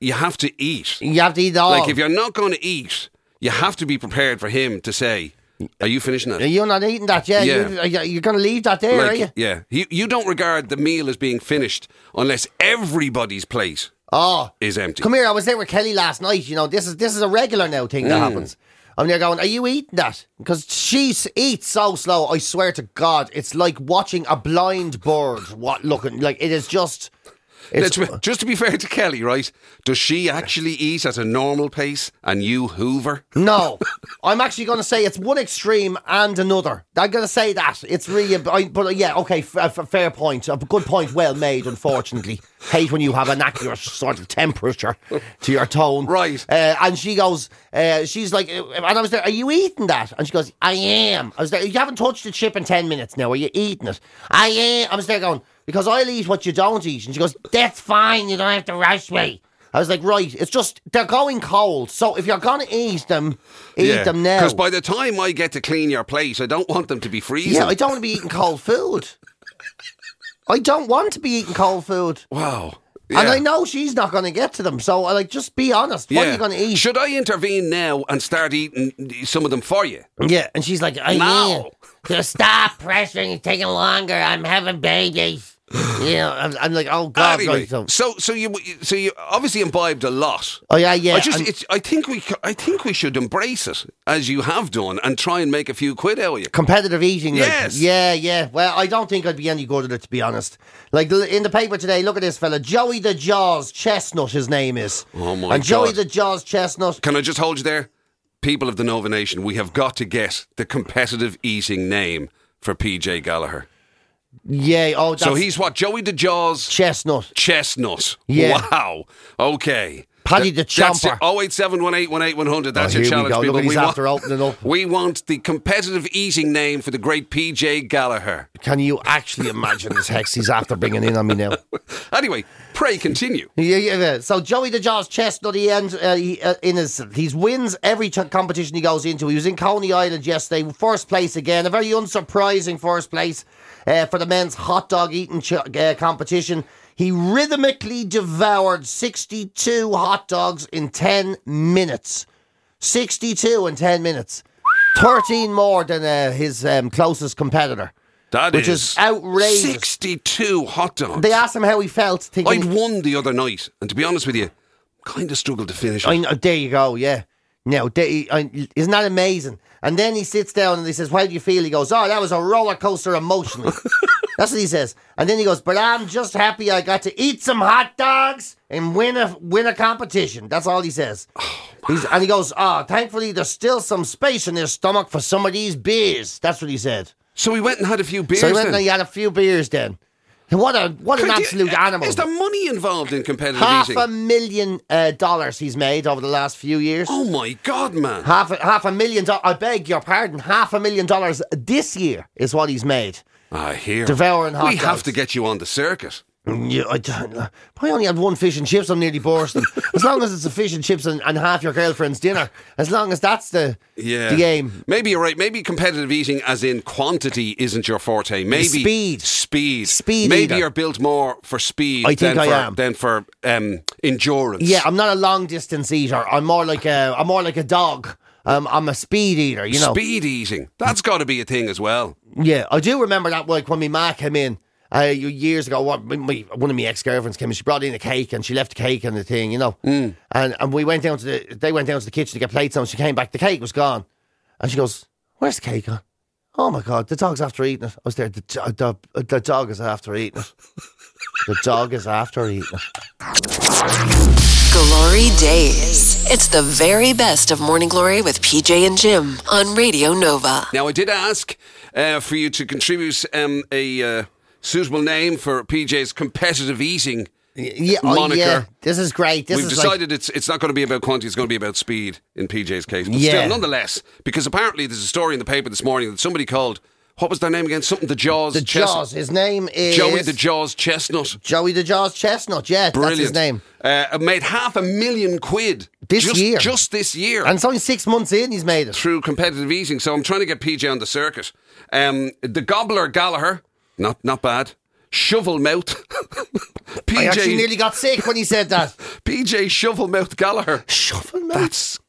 Speaker 4: you have to eat.
Speaker 3: You have to eat it all.
Speaker 4: Like if you're not going to eat, you have to be prepared for him to say, "Are you finishing that?"
Speaker 3: You're not eating that, yeah.
Speaker 4: Yeah.
Speaker 3: You, you're going to leave that there, are you?
Speaker 4: Like, yeah, you, you don't regard the meal as being finished unless everybody's plate
Speaker 3: Oh,
Speaker 4: is empty.
Speaker 3: come here. I was there with Kelly last night. You know, this is this is a regular now thing that happens. I'm there going, are you eating that? Because she s- eats so slow. I swear to God, it's like watching a blind bird. What looking like it is just. It's,
Speaker 4: Let's be- just to be fair to Kelly, right? Does she actually eat at a normal pace and you hoover?
Speaker 3: no, I'm actually going to say it's one extreme and another. I'm going to say that it's really, I, but uh, yeah, okay, f- uh, f- fair point, a good point, well made. Unfortunately, hate when you have an accurate sort of temperature to your tone,
Speaker 4: Right.
Speaker 3: Uh, and she goes, uh, she's like, uh, and I was there, are you eating that? And she goes, I am. I was there, you haven't touched the chip in 10 minutes now. Are you eating it? I am. I was there going, because I'll eat what you don't eat. And she goes, that's fine. You don't have to rush me. I was like, right, it's just, they're going cold. So if you're going to eat them, eat them now.
Speaker 4: Because by the time I get to clean your plate, I don't want them to be freezing.
Speaker 3: yeah, I don't want to be eating cold food. I don't want to be eating cold food.
Speaker 4: Wow.
Speaker 3: And
Speaker 4: Yeah.
Speaker 3: I know she's not going to get to them. So, I like, just be honest. What are
Speaker 4: Yeah.
Speaker 3: you going to eat?
Speaker 4: Should I intervene now and start eating some of them for you?
Speaker 3: Yeah, and she's like, I
Speaker 4: No.
Speaker 3: Just stop pressuring. It's taking longer. I'm having babies. You know, I'm, I'm like, oh God,
Speaker 4: anyway,
Speaker 3: right, so-
Speaker 4: so so you so you obviously imbibed a lot.
Speaker 3: Oh yeah, yeah.
Speaker 4: I just
Speaker 3: and
Speaker 4: it's, I think we c- I think we should embrace it as you have done and try and make a few quid out of you.
Speaker 3: competitive eating. like,
Speaker 4: Yes.
Speaker 3: yeah, yeah. Well, I don't think I'd be any good at it, to be honest. Like l- in the paper today, look at this fella, Joey the Jaws Chestnut. His name is.
Speaker 4: Oh, my
Speaker 3: And Joey
Speaker 4: God.
Speaker 3: the Jaws Chestnut.
Speaker 4: Can I just hold you there? People of the Nova Nation, we have got to get the competitive eating name for PJ Gallagher.
Speaker 3: Yeah. Oh, that's
Speaker 4: so he's what Joey DeJaws
Speaker 3: Chestnut.
Speaker 4: Chestnut.
Speaker 3: Yeah.
Speaker 4: Wow. Okay.
Speaker 3: Paddy the
Speaker 4: That's
Speaker 3: Chomper.
Speaker 4: it. Oh, 087181800. That's
Speaker 3: Oh,
Speaker 4: your
Speaker 3: here we
Speaker 4: challenge,
Speaker 3: go.
Speaker 4: people.
Speaker 3: Nobody's
Speaker 4: want-
Speaker 3: after opening up.
Speaker 4: We want the competitive eating name for the great PJ Gallagher.
Speaker 3: Can you actually imagine this hex he's after bringing in on me now?
Speaker 4: Anyway, pray continue.
Speaker 3: Yeah, yeah, yeah. So Joey the Jaws Chestnut, he ends uh, he, uh, in his he wins every ch- competition he goes into. He was in Coney Island yesterday, first place again, a very unsurprising first place uh, for the men's hot dog eating ch- uh, competition. He rhythmically devoured sixty-two hot dogs in ten minutes. Sixty-two in ten minutes. Thirteen more than uh, his um, closest competitor.
Speaker 4: That
Speaker 3: Which is outrageous.
Speaker 4: 62 hot dogs.
Speaker 3: They asked him how he felt, thinking
Speaker 4: I'd won the other night, and to be honest with you, kind of struggled to finish.
Speaker 3: I
Speaker 4: it.
Speaker 3: know, there you go. Yeah. No, they, I, isn't that amazing? And then he sits down and he says, "How do you feel?" He goes, "Oh, that was a roller coaster emotionally." That's what he says. And then he goes, "But I'm just happy I got to eat some hot dogs and win a win a competition." That's all he says. He's, and he goes, "Ah, thankfully there's still some space in his stomach for some of these beers." That's what he said.
Speaker 4: So we went and had a few beers.
Speaker 3: so he went
Speaker 4: then.
Speaker 3: and he had a few beers. Then what a what an
Speaker 4: Could you- uh,
Speaker 3: absolute animal!
Speaker 4: Is there money involved in competitive
Speaker 3: Half
Speaker 4: eating?
Speaker 3: a million uh, dollars he's made over the last few years.
Speaker 4: oh my god, man!
Speaker 3: Half a, half a million dollars. I beg your pardon. Half a million dollars this year is what he's made.
Speaker 4: I hear.
Speaker 3: Devouring hot
Speaker 4: We have
Speaker 3: dogs.
Speaker 4: to get you on the circuit.
Speaker 3: Mm, You, I, don't know. I only had one fish and chips. I'm nearly bursting. as long as it's a fish and chips and, and half your girlfriend's dinner. As long as that's the
Speaker 4: Yeah.
Speaker 3: the aim.
Speaker 4: Maybe you're right. Maybe competitive eating, as in quantity, isn't your forte. Maybe
Speaker 3: speed.
Speaker 4: speed,
Speaker 3: Speed
Speaker 4: Maybe
Speaker 3: eater.
Speaker 4: you're built more for speed.
Speaker 3: I think
Speaker 4: than
Speaker 3: I
Speaker 4: for,
Speaker 3: am.
Speaker 4: Than for um, endurance.
Speaker 3: Yeah, I'm not a long distance eater. I'm more like a I'm more like a dog. Um, I'm a speed eater. You know.
Speaker 4: speed eating. That's got to be a thing as well.
Speaker 3: Yeah, I do remember that. Like when my ma came in uh, years ago, one, my- my, one of my ex girlfriends came in. She brought in a cake and she left the cake and the thing, you know. And and we went down to the they went down to the kitchen to get plates on. She came back, the cake was gone, and she goes, "Where's the cake gone?" Oh my god, the dog's after eating it. I was there. The, do- the, the dog is after eating it. The dog is after eating it.
Speaker 1: Glory Days. It's the very best of Morning Glory with PJ and Jim on Radio Nova.
Speaker 4: Now, I did ask uh, for you to contribute um, a uh, suitable name for PJ's competitive eating.
Speaker 3: Yeah, oh,
Speaker 4: Moniker.
Speaker 3: yeah. This is great. This
Speaker 4: We've
Speaker 3: is
Speaker 4: decided it's it's not going to be about quantity; it's going to be about speed in PJ's case. But
Speaker 3: Yeah.
Speaker 4: still, nonetheless, because apparently there's a story in the paper this morning that somebody called. What was their name again? Something the Jaws.
Speaker 3: like the
Speaker 4: Chest-
Speaker 3: Jaws. His name is
Speaker 4: Joey the Jaws Chestnut.
Speaker 3: Joey the Jaws Chestnut. Yeah,
Speaker 4: Brilliant.
Speaker 3: that's his name.
Speaker 4: Uh, made half a million quid
Speaker 3: This
Speaker 4: just,
Speaker 3: year.
Speaker 4: Just this year.
Speaker 3: And it's only six months in. He's made it.
Speaker 4: through competitive eating. So I'm trying to get PJ on the circuit. Um, the Gobbler Gallagher, not not bad. Shovel Mouth.
Speaker 3: I actually
Speaker 4: PJ
Speaker 3: nearly got sick when he said that.
Speaker 4: PJ Shovel Mouth Gallagher.
Speaker 3: Shuffle
Speaker 4: That's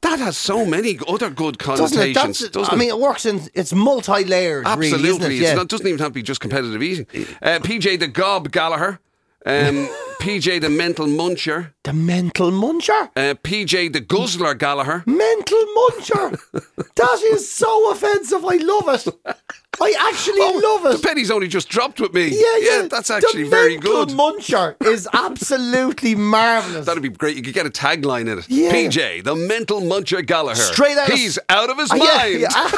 Speaker 4: that has so many other good
Speaker 3: doesn't it?
Speaker 4: connotations.
Speaker 3: That's, I
Speaker 4: it?
Speaker 3: mean, it works in it's multi-layered.
Speaker 4: Absolutely,
Speaker 3: really, isn't it?
Speaker 4: It's
Speaker 3: Yeah.
Speaker 4: not- doesn't even have to be just competitive eating. Uh, PJ the Gob Gallagher, um, PJ the Mental Muncher,
Speaker 3: the mental muncher,
Speaker 4: uh, PJ the Guzzler Gallagher.
Speaker 3: mental muncher. that is so offensive. I love it. I actually love
Speaker 4: Oh, The
Speaker 3: it.
Speaker 4: penny's only just dropped with me.
Speaker 3: yeah, yeah,
Speaker 4: that's
Speaker 3: The
Speaker 4: actually very
Speaker 3: mental
Speaker 4: good.
Speaker 3: Muncher is absolutely marvelous.
Speaker 4: That'd be great. You could get a tagline in it.
Speaker 3: Yeah.
Speaker 4: PJ, the mental muncher Gallagher.
Speaker 3: Straight out of-
Speaker 4: He's out of his
Speaker 3: Ah, yeah,
Speaker 4: mind.
Speaker 3: yeah.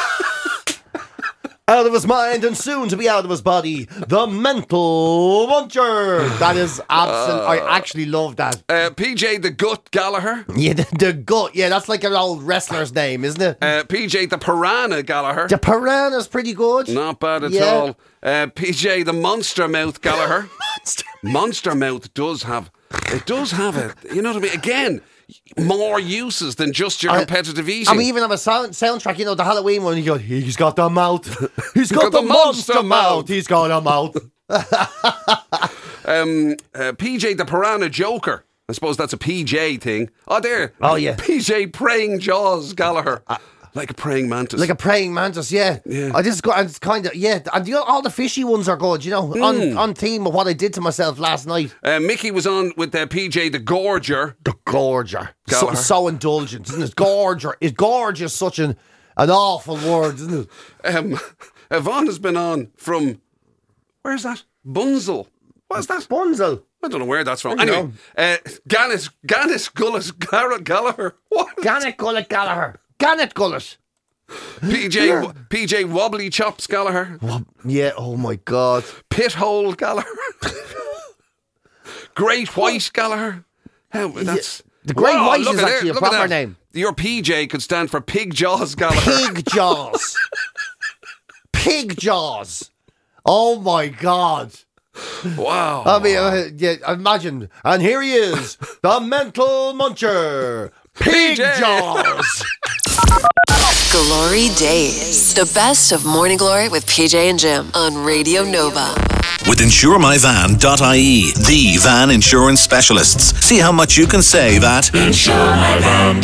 Speaker 3: Out of his mind and soon to be out of his body, the mental muncher. That is
Speaker 4: Ah.
Speaker 3: absolute. I actually love that.
Speaker 4: Uh, PJ, the gut Gallagher.
Speaker 3: Yeah, the, the gut. Yeah, that's like an old wrestler's name, isn't it?
Speaker 4: Uh, PJ, the piranha Gallagher.
Speaker 3: the piranha's pretty good.
Speaker 4: Not bad at
Speaker 3: Yeah.
Speaker 4: all. Uh, PJ, the monster mouth Gallagher. monster mouth does have. It does have it. You know what I mean? Again, more uses than just your competitive eating.
Speaker 3: I mean, even on a sound, soundtrack, you know, the Halloween one, you go, he's got the mouth. He's got,
Speaker 4: got
Speaker 3: the,
Speaker 4: the
Speaker 3: monster,
Speaker 4: monster
Speaker 3: mouth.
Speaker 4: mouth.
Speaker 3: He's got a mouth.
Speaker 4: um, uh, PJ, the piranha Joker. I suppose that's a PJ thing. Oh, there.
Speaker 3: Oh, yeah.
Speaker 4: PJ, praying jaws Gallagher. like a praying mantis.
Speaker 3: like a praying mantis, yeah.
Speaker 4: Yeah.
Speaker 3: I just got, and it's kind of, yeah. And you know, all the fishy ones are good, you know, on, on theme of what I did to myself last night.
Speaker 4: Uh, Mickey was on with uh, PJ the Gorger.
Speaker 3: The gorger. So,
Speaker 4: Gallagher.
Speaker 3: so indulgent, isn't it? Gorger. Is gorge is such an, an awful word, isn't it?
Speaker 4: Um, Yvonne has been on from, where's that? Bunzel. What's that?
Speaker 3: Bunzel.
Speaker 4: I don't know where that's from.
Speaker 3: I don't
Speaker 4: Anyway, uh, Gannis, Gannis Gullis Garrett Gallagher. What?
Speaker 3: Gannet Gullet Gallagher. Gannet Gullet.
Speaker 4: PJ, PJ Wobbly Chops Gallagher.
Speaker 3: Yeah, oh my God.
Speaker 4: Pit Hole Gallagher. Great White Gallagher. How, that's
Speaker 3: The Great
Speaker 4: Whoa,
Speaker 3: White
Speaker 4: look
Speaker 3: is
Speaker 4: at
Speaker 3: actually
Speaker 4: there,
Speaker 3: a
Speaker 4: look at
Speaker 3: proper
Speaker 4: that.
Speaker 3: name.
Speaker 4: Your PJ could stand for Pig Jaws Gallagher.
Speaker 3: Pig Jaws. Pig Jaws. Oh my God.
Speaker 4: Wow.
Speaker 3: I mean, uh, yeah, imagine. And here he is, the mental muncher, Pig
Speaker 4: PJ.
Speaker 3: Jaws.
Speaker 1: Glory Days. The best of Morning Glory with PJ and Jim on Radio Nova.
Speaker 2: with insuremyvan.ie, the van insurance specialists. See how much you can save at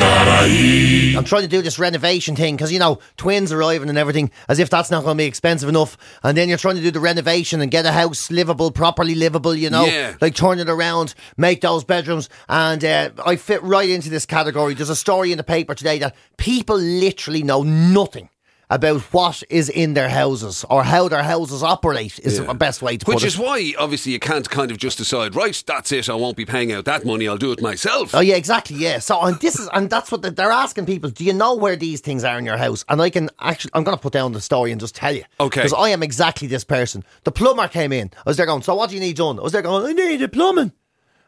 Speaker 3: I'm trying to do this renovation thing because, you know, twins arriving and everything, as if that's not going to be expensive enough. And then you're trying to do the renovation and get a house livable, properly livable, you know,
Speaker 4: Yeah.
Speaker 3: like turn it around, make those bedrooms. And uh, I fit right into this category. There's a story in the paper today that people literally know nothing. About what is in their houses or how their houses operate is the best way to put
Speaker 4: Which
Speaker 3: it.
Speaker 4: is why, obviously, you can't kind of just decide, right, that's it, I won't be paying out that money, I'll do it myself.
Speaker 3: Oh yeah, exactly. Yeah. So and this is and that's what the, they're asking people. Do you know where these things are in your house? And I can actually, I'm going to put down the story and just tell you.
Speaker 4: Okay.
Speaker 3: Because I am exactly this person. The plumber came in. I was there going. So what do you need done? I was there going. I need the plumbing.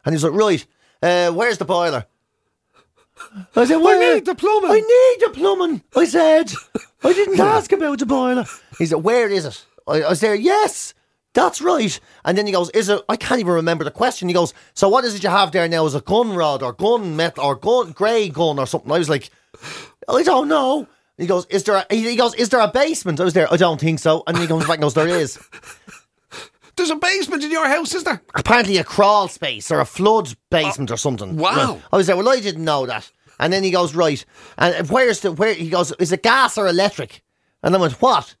Speaker 3: And he was like, right. Uh, where's the boiler? I said, where?
Speaker 4: need the plumbing."
Speaker 3: I need the plumbing. I said, I didn't ask about the boiler. He said, where is it? I, I was there, yes, that's right. And then he goes, is it, I can't even remember the question. He goes, so what is it you have there now? Is a gun rod or gun metal or gun, grey gun or something? I was like, I don't know. He goes, is there a, he he goes, is there a basement? I was there, I don't think so. And he comes back and goes, there is.
Speaker 4: There's a basement in your house, is there?
Speaker 3: apparently a crawl space or a flood basement or something.
Speaker 4: Oh, wow.
Speaker 3: Right. I was like, well, I didn't know that. And then he goes, right. And where's the, where, he goes, is it gas or electric? And I went, what?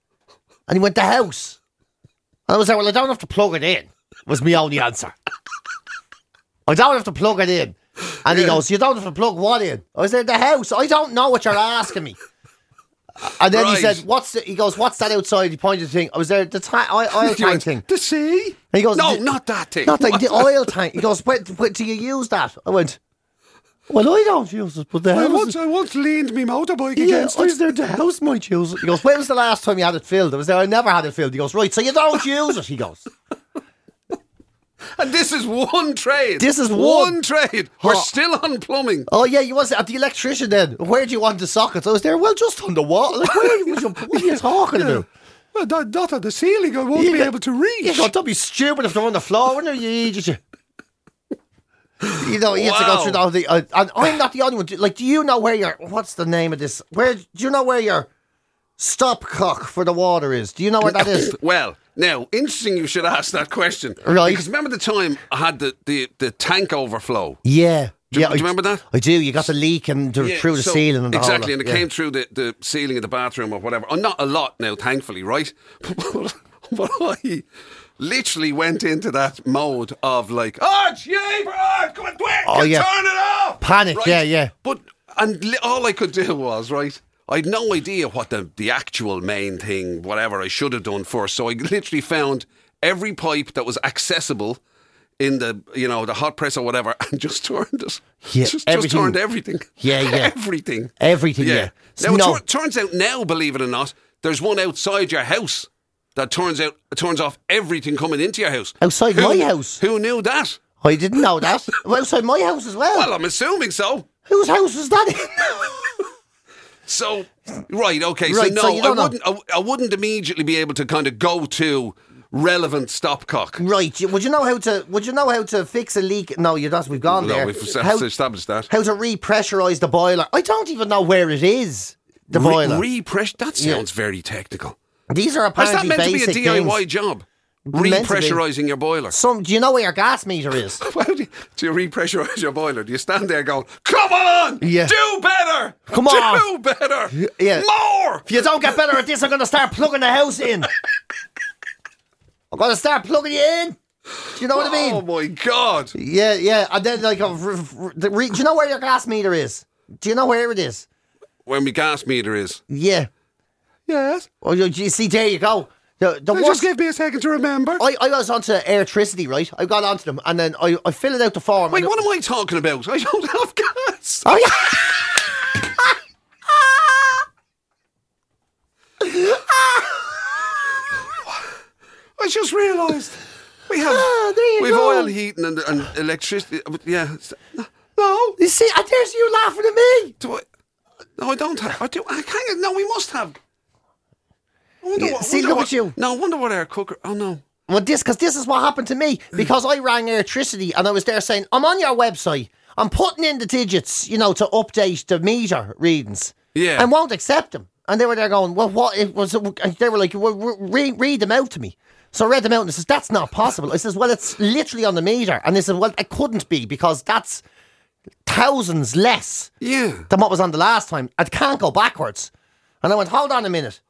Speaker 3: And he went, the house. And I was like, well, I don't have to plug it in, was my only answer. I don't have to plug it in. And he goes, you don't have to plug what in? I was like, the house. I don't know what you're asking me. And then he
Speaker 4: Right.
Speaker 3: said, "What's?" The, he goes, "What's that outside?" He pointed to the thing. I was there. The ti- oil, oil
Speaker 4: You
Speaker 3: tank
Speaker 4: went,
Speaker 3: thing.
Speaker 4: The sea?
Speaker 3: And he goes,
Speaker 4: no,
Speaker 3: "Th-
Speaker 4: not that thing.
Speaker 3: Not like
Speaker 4: What
Speaker 3: the oil tank. He goes, where, where do you use that? I went, well, I don't use it, but the
Speaker 4: I
Speaker 3: house.
Speaker 4: once, I once leaned my motorbike
Speaker 3: Yeah,
Speaker 4: against
Speaker 3: I
Speaker 4: it.
Speaker 3: was there, the house might use it. He goes, when was the last time you had it filled? I was there, I never had it filled. He goes, right, so you don't use it. He goes,
Speaker 4: And this is one trade.
Speaker 3: This is
Speaker 4: one
Speaker 3: one.
Speaker 4: trade. We're
Speaker 3: Huh.
Speaker 4: still on plumbing.
Speaker 3: oh yeah, you was at the electrician then. Where do you want the sockets? I was there, well, just on the wall. Like, where was your, what are you talking about?
Speaker 4: Well, not, not on the ceiling. I won't
Speaker 3: You
Speaker 4: be
Speaker 3: got-
Speaker 4: able to reach.
Speaker 3: You go, don't be stupid if they're on the floor, wouldn't you? You just- You know, you have to
Speaker 4: Wow.
Speaker 3: go through the whole thing. Uh, and I'm not the only one. Do- Like, do you know where your what's the name of this? Where do you know where your stop cock for the water is? Do you know where that is?
Speaker 4: Well, now, interesting you should ask that question.
Speaker 3: Right.
Speaker 4: Because remember the time I had the, the, the tank overflow?
Speaker 3: Yeah,
Speaker 4: Do-
Speaker 3: yeah.
Speaker 4: do
Speaker 3: I-
Speaker 4: you remember that?
Speaker 3: I do. You got the leak and the,
Speaker 4: Yeah,
Speaker 3: through the
Speaker 4: so-
Speaker 3: ceiling and the whole
Speaker 4: exactly,
Speaker 3: lot,
Speaker 4: and it
Speaker 3: yeah.
Speaker 4: came through the, the ceiling of the bathroom or whatever. Oh, not a lot now, thankfully, right? but I literally went into that mode of like, oh, gee, bro, come on, quick,
Speaker 3: Oh,
Speaker 4: you
Speaker 3: yeah.
Speaker 4: turn it off,
Speaker 3: Panic, yeah, yeah.
Speaker 4: But and li- all I could do was right. I had no idea what the the actual main thing, whatever I should have done first. So I literally found every pipe that was accessible. In the you know the hot press or whatever, and just turned it.
Speaker 3: Yeah,
Speaker 4: just, just
Speaker 3: everything-
Speaker 4: turned everything.
Speaker 3: Yeah, yeah.
Speaker 4: Everything.
Speaker 3: Everything, yeah.
Speaker 4: Now, it
Speaker 3: No.
Speaker 4: tur- turns out now, believe it or not, there's one outside your house that turns out turns off everything coming into your house.
Speaker 3: Outside my house?
Speaker 4: Who knew that?
Speaker 3: I didn't know that. Well, Outside my house as well.
Speaker 4: Well, uh- I'm assuming so.
Speaker 3: Whose house was that? in?
Speaker 4: So, right, okay.
Speaker 3: Right,
Speaker 4: so no,
Speaker 3: so you
Speaker 4: I
Speaker 3: don't know.
Speaker 4: wouldn't. I, w- I wouldn't immediately be able to kind of go to relevant stopcock.
Speaker 3: right. you- Would you know how to? Would you know how to fix a leak? No, you don't. We've gone
Speaker 4: No,
Speaker 3: there.
Speaker 4: we've
Speaker 3: How-
Speaker 4: established that.
Speaker 3: how to repressurize the boiler. I don't even know where it is. The boiler.
Speaker 4: Re- repress- that sounds very technical.
Speaker 3: These are
Speaker 4: Is that
Speaker 3: apparently
Speaker 4: meant to be a
Speaker 3: basic
Speaker 4: DIY
Speaker 3: things.
Speaker 4: job?
Speaker 3: Meant to be.
Speaker 4: Repressurizing your boiler.
Speaker 3: Some, do you know where your gas meter is?
Speaker 4: Why do you, do you repressurize your boiler? Do you stand there going, "Come on,
Speaker 3: Yeah.
Speaker 4: do better,
Speaker 3: Come on."
Speaker 4: do better,
Speaker 3: yeah.
Speaker 4: more"?
Speaker 3: if you don't get better at this, I'm going to start plugging the house in. I'm going to start plugging you in. Do you know what I
Speaker 4: Oh
Speaker 3: mean?
Speaker 4: my god!
Speaker 3: Yeah, yeah. And then like, a r- r- the re- do you know where your gas meter is? Do you know where it is?
Speaker 4: Where my gas meter is?
Speaker 3: Yeah.
Speaker 4: Yes.
Speaker 3: Oh, you, you see, there you go. The, the worst-
Speaker 4: me a second to remember.
Speaker 3: I, I was onto electricity, right? I got onto them, and then I, I filled out the form.
Speaker 4: Wait,
Speaker 3: and it-
Speaker 4: what am I talking about? I don't have gas.
Speaker 3: Oh yeah.
Speaker 4: I just realised we have
Speaker 3: Ah, there you
Speaker 4: we've
Speaker 3: go.
Speaker 4: oil heating and, and electricity. But uh, yeah, it's- No.
Speaker 3: You see, and there's you laughing at me.
Speaker 4: Do I? No, I don't have. I do. I can't. No, we must have. I wonder
Speaker 3: Yeah,
Speaker 4: what-
Speaker 3: see,
Speaker 4: wonder
Speaker 3: look
Speaker 4: what-
Speaker 3: at you.
Speaker 4: No, I wonder what our cooker. Oh no.
Speaker 3: Well, this because this is what happened to me because I rang electricity and I was there saying I'm on your website. I'm putting in the digits, you know, to update the meter readings.
Speaker 4: Yeah.
Speaker 3: and won't accept them. And they were there going, well, what it was? And they were like, well, re- re- read them out to me. So I read them out and I says, that's not possible. I says, well, it's literally on the meter. And they said, well, it couldn't be because that's thousands less
Speaker 4: Yeah.
Speaker 3: than what was on the last time. I can't go backwards. And I went, hold on a minute.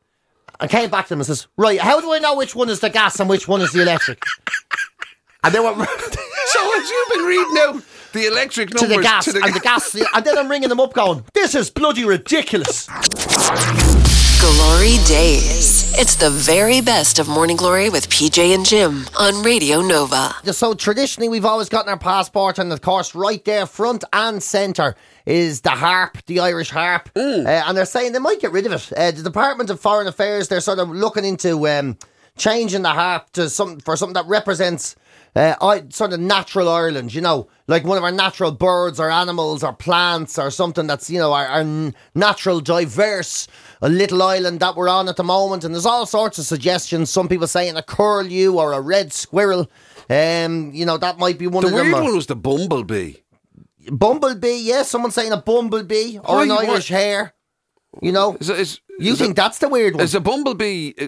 Speaker 3: I came back to them and says, right, how do I know which one is the gas and which one is the electric? and they were
Speaker 4: So as you've been reading out the electric
Speaker 3: to
Speaker 4: numbers
Speaker 3: the gas and the gas. And then I'm ringing them up going, this is bloody ridiculous.
Speaker 1: Glory Days. It's the very best of Morning Glory with PJ and Jim on Radio Nova.
Speaker 3: So traditionally, we've always gotten our passport, and of course, right there, front and centre, is the harp, the Irish harp. Uh, and they're saying they might get rid of it. Uh, the Department of Foreign Affairs, they're sort of looking into um, changing the harp to some for something that represents uh, I, sort of natural Ireland, you know, like one of our natural birds or animals or plants or something that's, you know, our, our n- natural, diverse uh, little island that we're on at the moment. And there's all sorts of suggestions. Some people saying a curlew or a red squirrel. Um, you know, that might be one
Speaker 4: The
Speaker 3: of them.
Speaker 4: weird
Speaker 3: or-
Speaker 4: one was the bumblebee.
Speaker 3: Bumblebee, yeah, someone saying a bumblebee or
Speaker 4: Why
Speaker 3: an
Speaker 4: you want-
Speaker 3: Irish hare. You know,
Speaker 4: Is, is,
Speaker 3: you
Speaker 4: is
Speaker 3: think
Speaker 4: a,
Speaker 3: that's the weird one.
Speaker 4: is a bumblebee uh,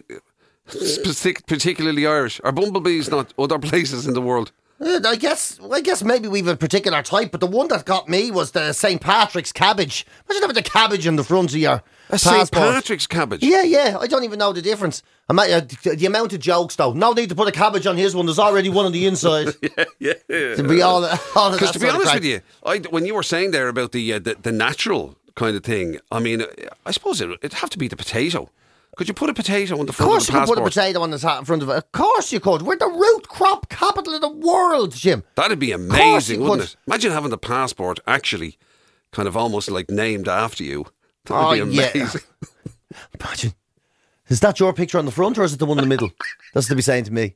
Speaker 4: partic- particularly Irish? Are bumblebees not other places in the world?
Speaker 3: Uh, I guess I guess maybe we've a particular type, but the one that got me was the St. Patrick's cabbage. Imagine having the cabbage in the front of your
Speaker 4: A St.
Speaker 3: passport.
Speaker 4: Patrick's cabbage.
Speaker 3: Yeah, yeah. I don't even know the difference. I might, uh, the, the amount of jokes, though. No need to put a cabbage on his one. There's already one on the inside. yeah, yeah. To be all, all of that
Speaker 4: Because to be
Speaker 3: sort of
Speaker 4: honest
Speaker 3: crack.
Speaker 4: with you, I, when you were saying there about the, uh, the the natural kind of thing, I mean, uh, I suppose it, it'd have to be the potato. Could you put a potato on the
Speaker 3: Of
Speaker 4: front of,
Speaker 3: course,
Speaker 4: the
Speaker 3: you could
Speaker 4: passport?
Speaker 3: put a potato on the top in front of it. Of course, you could. We're the root crop capital of the world, Jim.
Speaker 4: That'd be
Speaker 3: course you
Speaker 4: amazing, wouldn't
Speaker 3: could.
Speaker 4: it? Imagine having the passport actually kind of almost like named after you. That would
Speaker 3: Oh,
Speaker 4: be
Speaker 3: yeah.
Speaker 4: amazing.
Speaker 3: Imagine. Is that your picture on the front or is it the one in the middle? That's what they be saying to me.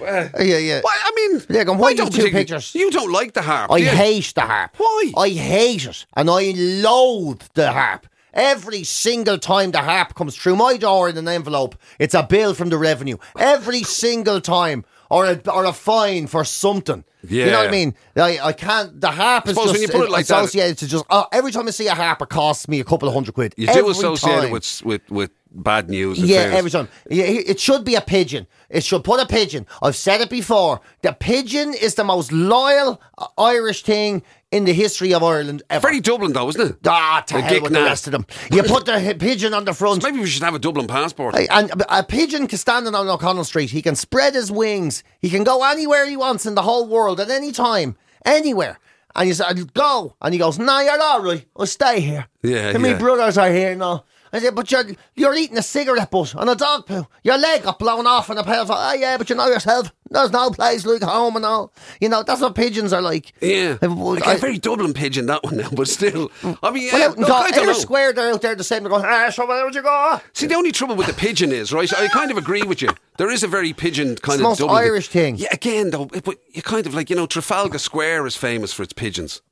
Speaker 3: yeah, yeah.
Speaker 4: Why, I mean,
Speaker 3: Uh, Yeah, go on, why
Speaker 4: I
Speaker 3: you
Speaker 4: don't
Speaker 3: two
Speaker 4: particularly-
Speaker 3: pictures?
Speaker 4: You don't like the harp.
Speaker 3: I
Speaker 4: do you?
Speaker 3: hate the harp.
Speaker 4: Why?
Speaker 3: I hate it. And I loathe the harp. Every single time the harp comes through my door in an envelope, it's a bill from the revenue. Every single time. Or a, or a fine for something. You know what I
Speaker 4: Yeah.
Speaker 3: mean? I, I can't. The harp is
Speaker 4: Suppose
Speaker 3: just
Speaker 4: when you put it like that, it-
Speaker 3: associated to just. Oh, every time I see a harp, it costs me a couple of hundred quid.
Speaker 4: You
Speaker 3: every
Speaker 4: do associate
Speaker 3: time.
Speaker 4: it with, with with bad news. and
Speaker 3: Yeah,
Speaker 4: things.
Speaker 3: every time. Yeah, he- It should be a pigeon. It should put a pigeon. I've said it before. The pigeon is the most loyal uh, Irish thing in the history of Ireland ever.
Speaker 4: Very Dublin though, isn't it?
Speaker 3: ah, to
Speaker 4: The
Speaker 3: hell with the
Speaker 4: Gicknaw.
Speaker 3: rest of them. You put the h- pigeon on the front.
Speaker 4: Maybe we should have a Dublin passport.
Speaker 3: Hey, And a pigeon can stand on O'Connell Street. He can spread his wings. He can go anywhere he wants in the whole world at any time, anywhere. And you say, "I'll "Go," and he goes, "No, you're all right. I'll stay here.
Speaker 4: Yeah,
Speaker 3: and me
Speaker 4: yeah.
Speaker 3: brothers are here now." I said, "But you're you're eating a cigarette butt and a dog poo. Your leg got blown off and a pair of oh yeah, but you know yourself. There's no place like home and all. You know that's what pigeons are like.
Speaker 4: Yeah,
Speaker 3: I-
Speaker 4: like
Speaker 3: I-
Speaker 4: a very Dublin pigeon that one now, but still, I mean, yeah,
Speaker 3: well, out in
Speaker 4: look,
Speaker 3: Go-
Speaker 4: I don't
Speaker 3: Irish
Speaker 4: know.
Speaker 3: Square, they're out there the same. They're going, ah, so where would you go?
Speaker 4: See, the only trouble with the pigeon is right. I kind of agree with you. There is a very pigeon kind
Speaker 3: the
Speaker 4: of
Speaker 3: most
Speaker 4: Dublin
Speaker 3: Irish thing.
Speaker 4: Yeah, again though, it- but you kind of like you know Trafalgar Square is famous for its pigeons.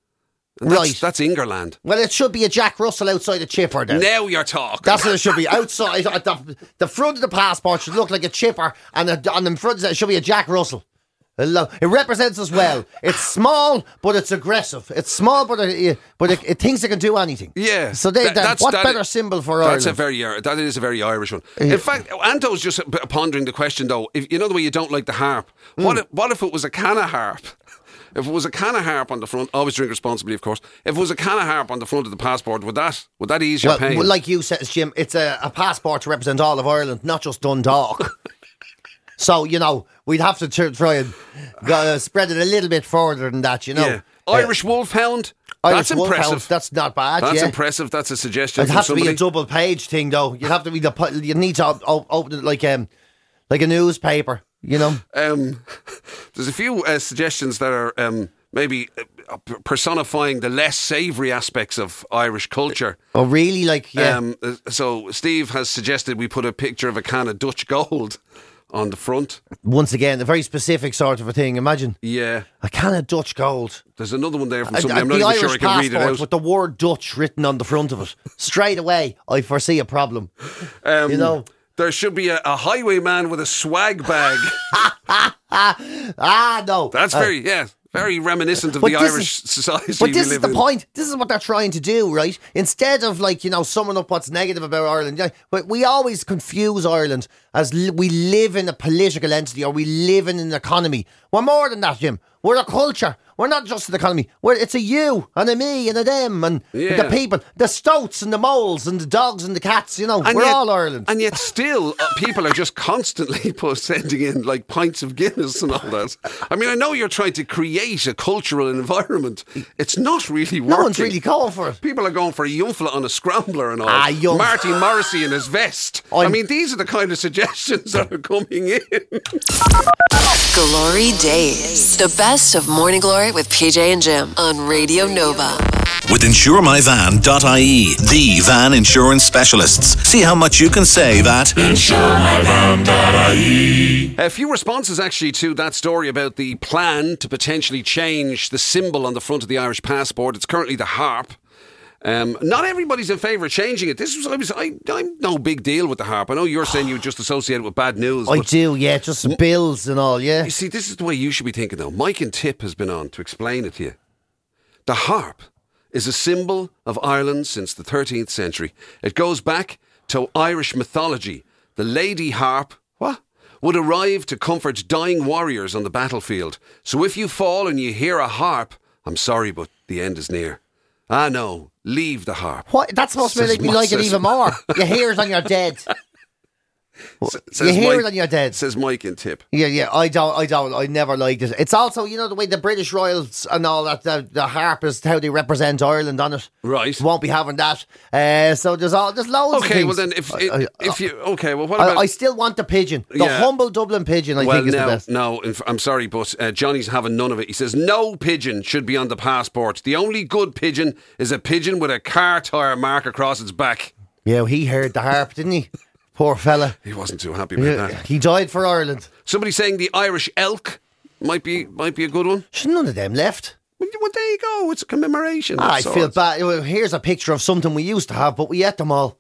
Speaker 4: And
Speaker 3: Right.
Speaker 4: that's, that's Ingerland.
Speaker 3: Well, it should be a Jack Russell outside a chipper then.
Speaker 4: Now you're talking.
Speaker 3: That's what it should be. Outside, at the, the front of the passport should look like a chipper, and a, on the front of it should be a Jack Russell. I lo- It represents us well. It's small, but it's aggressive. It's small, but it, but it, it thinks it can do anything.
Speaker 4: Yeah.
Speaker 3: So they,
Speaker 4: That-
Speaker 3: that,
Speaker 4: that's-
Speaker 3: what
Speaker 4: that-
Speaker 3: better symbol for
Speaker 4: That's a
Speaker 3: Ireland?
Speaker 4: very Ir- that is a very Irish one. In fact, Anto's just p- pondering the question though. If you know the way you don't like the harp,
Speaker 3: Hmm.
Speaker 4: what if, what if it was a can of harp? If it was a can of harp on the front, always drink responsibly, of course. If it was a can of harp on the front of the passport, would that would that ease your
Speaker 3: well,
Speaker 4: pain?
Speaker 3: well, like you says, Jim, it's a, a passport to represent all of Ireland, not just Dundalk. so you know we'd have to tr- try and go, uh, spread it a little bit further than that. You know,
Speaker 4: yeah.
Speaker 3: Uh,
Speaker 4: Irish wolfhound.
Speaker 3: Irish
Speaker 4: that's
Speaker 3: Wolfhound,
Speaker 4: impressive.
Speaker 3: That's not bad.
Speaker 4: That's
Speaker 3: yeah.
Speaker 4: impressive. That's a suggestion.
Speaker 3: It'd
Speaker 4: from
Speaker 3: have to
Speaker 4: somebody.
Speaker 3: be a double page thing, though. You'd have to be the pu- you need to op- op- open it like um like a newspaper, you know.
Speaker 4: Um, there's a few uh, suggestions that are um, maybe uh, personifying the less savoury aspects of Irish culture. uh,
Speaker 3: Or really, like yeah,
Speaker 4: Um, so Steve has suggested we put a picture of a can of Dutch gold on the front.
Speaker 3: Once again, a very specific sort of a thing. Imagine
Speaker 4: Yeah.
Speaker 3: a can of Dutch gold.
Speaker 4: There's another one there from
Speaker 3: A-
Speaker 4: somebody. I'm
Speaker 3: a-
Speaker 4: not
Speaker 3: Uh, the
Speaker 4: even
Speaker 3: Irish
Speaker 4: sure I can read it
Speaker 3: passport
Speaker 4: out.
Speaker 3: with the word Dutch written on the front of it. Straight away, I foresee a problem.
Speaker 4: Um,
Speaker 3: you know.
Speaker 4: There should be a, a highwayman with a swag bag.
Speaker 3: Ah, no.
Speaker 4: That's
Speaker 3: Uh,
Speaker 4: very, yeah, very reminiscent of
Speaker 3: but
Speaker 4: the
Speaker 3: this
Speaker 4: Irish
Speaker 3: is-
Speaker 4: society.
Speaker 3: But this
Speaker 4: we
Speaker 3: is
Speaker 4: live
Speaker 3: the
Speaker 4: in.
Speaker 3: point. This is what they're trying to do, right? Instead of like you know summing up what's negative about Ireland, yeah, but we always confuse Ireland as li- we live in a political entity or we live in an economy. We're more than that, Jim. We're a culture. We're not just an economy. We're, it's a you and a me and a them and
Speaker 4: Yeah.
Speaker 3: the people, the stoats and the moles and the dogs and the cats. You know,
Speaker 4: And
Speaker 3: we're
Speaker 4: yet-
Speaker 3: all Ireland.
Speaker 4: And yet, still, uh, people are just constantly put- sending in like pints of Guinness and all that. I mean, I know you're trying to create a cultural environment. It's not really working.
Speaker 3: no one's really calling for it.
Speaker 4: People are going for a young fella on a scrambler and all.
Speaker 3: Ah, young-
Speaker 4: Marty Morrissey in his vest. i
Speaker 3: I'm-
Speaker 4: mean, these are the kind of suggestions that are coming in.
Speaker 1: Glory Days. The best of Morning Glory with PJ and Jim on Radio Nova.
Speaker 2: With insuremyvan.ie, the van insurance specialists. See how much you can save at
Speaker 4: A few responses actually to that story about the plan to potentially change the symbol on the front of the Irish passport. It's currently the harp. Um, not everybody's in favour of changing it. This was I was I, I'm no big deal with the harp. I know you're saying you just associate it with bad news.
Speaker 3: I
Speaker 4: but
Speaker 3: do, yeah, just the bills and all, yeah.
Speaker 4: you see, this is the way you should be thinking though. Mike and Tip has been on to explain it to you. The harp is a symbol of Ireland since the 13th century. It goes back to Irish mythology. The lady harp, what? Would arrive to comfort dying warriors on the battlefield. So if you fall and you hear a harp, I'm sorry, but the end is near. Ah, no, leave the harp.
Speaker 3: What? That's supposed to
Speaker 4: Says
Speaker 3: make me
Speaker 4: Ma-
Speaker 3: like it
Speaker 4: says-
Speaker 3: even more. You hear it and you're dead.
Speaker 4: Says
Speaker 3: you hear
Speaker 4: Mike-
Speaker 3: it and you're dead.
Speaker 4: Says Mike and Tip.
Speaker 3: Yeah, yeah, I don't, I don't, I never liked it. It's also, you know, the way the British royals and all that, the, the harp is how they represent Ireland on it.
Speaker 4: Right.
Speaker 3: Won't be having that. Uh, so there's all, there's loads. of
Speaker 4: Okay, well
Speaker 3: things.
Speaker 4: then, if
Speaker 3: I, I-
Speaker 4: if you okay, well what
Speaker 3: I,
Speaker 4: about?
Speaker 3: I still want the pigeon, the
Speaker 4: Yeah.
Speaker 3: humble Dublin pigeon. I
Speaker 4: well,
Speaker 3: think is
Speaker 4: no,
Speaker 3: the best.
Speaker 4: no. in f- I'm sorry, but uh, Johnny's having none of it. He says no pigeon should be on the passport. The only good pigeon is a pigeon with a car tire mark across its back.
Speaker 3: Yeah, he heard the harp, didn't he? Poor fella.
Speaker 4: He wasn't too happy about
Speaker 3: Yeah,
Speaker 4: that.
Speaker 3: He died for Ireland.
Speaker 4: Somebody saying the Irish elk might be might be a good one.
Speaker 3: Should none of them left.
Speaker 4: Well, well, there you go. It's a commemoration.
Speaker 3: Ah, I
Speaker 4: That's
Speaker 3: feel
Speaker 4: all.
Speaker 3: bad. Well, Here's a picture of something we used to have, but we ate them all.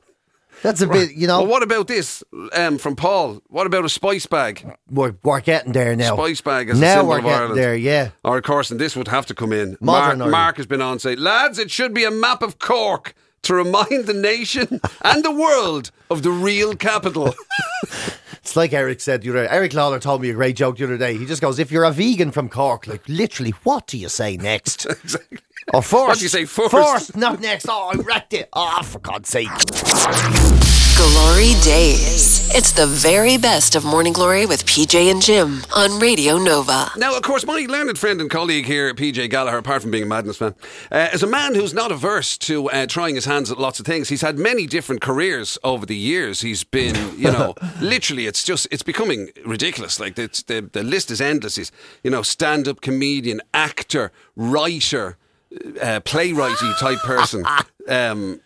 Speaker 3: That's a bit, you know.
Speaker 4: Well, what about this um, from Paul? What about a spice bag?
Speaker 3: we're, we're getting there now.
Speaker 4: Spice bag as a
Speaker 3: now
Speaker 4: symbol
Speaker 3: we're
Speaker 4: of
Speaker 3: getting
Speaker 4: Ireland.
Speaker 3: there. Yeah,
Speaker 4: Or, of course, and this would have to come in.
Speaker 3: Modern
Speaker 4: Mark,
Speaker 3: Ireland.
Speaker 4: Mark has been on say, lads, it should be a map of Cork to remind the nation and the world of the real capital.
Speaker 3: it's like Eric said. You Eric Lawler told me a great joke the other day. He just goes, "If you're a vegan from Cork, like literally, what do you say next?"
Speaker 4: Exactly.
Speaker 3: Or first?
Speaker 4: What do you say first?
Speaker 3: First, not next. Oh, I wrecked it. Oh, for God's sake!
Speaker 1: Glory Days. It's the very best of Morning Glory with PJ and Jim on Radio Nova.
Speaker 4: Now, of course, my learned friend and colleague here, PJ Gallagher, apart from being a madness fan, uh, is a man who's not averse to uh, trying his hands at lots of things. He's had many different careers over the years. He's been, you know, literally, it's just, it's becoming ridiculous. Like, it's, the, the list is endless. He's, you know, stand up comedian, actor, writer, uh, playwrighty type person. Um,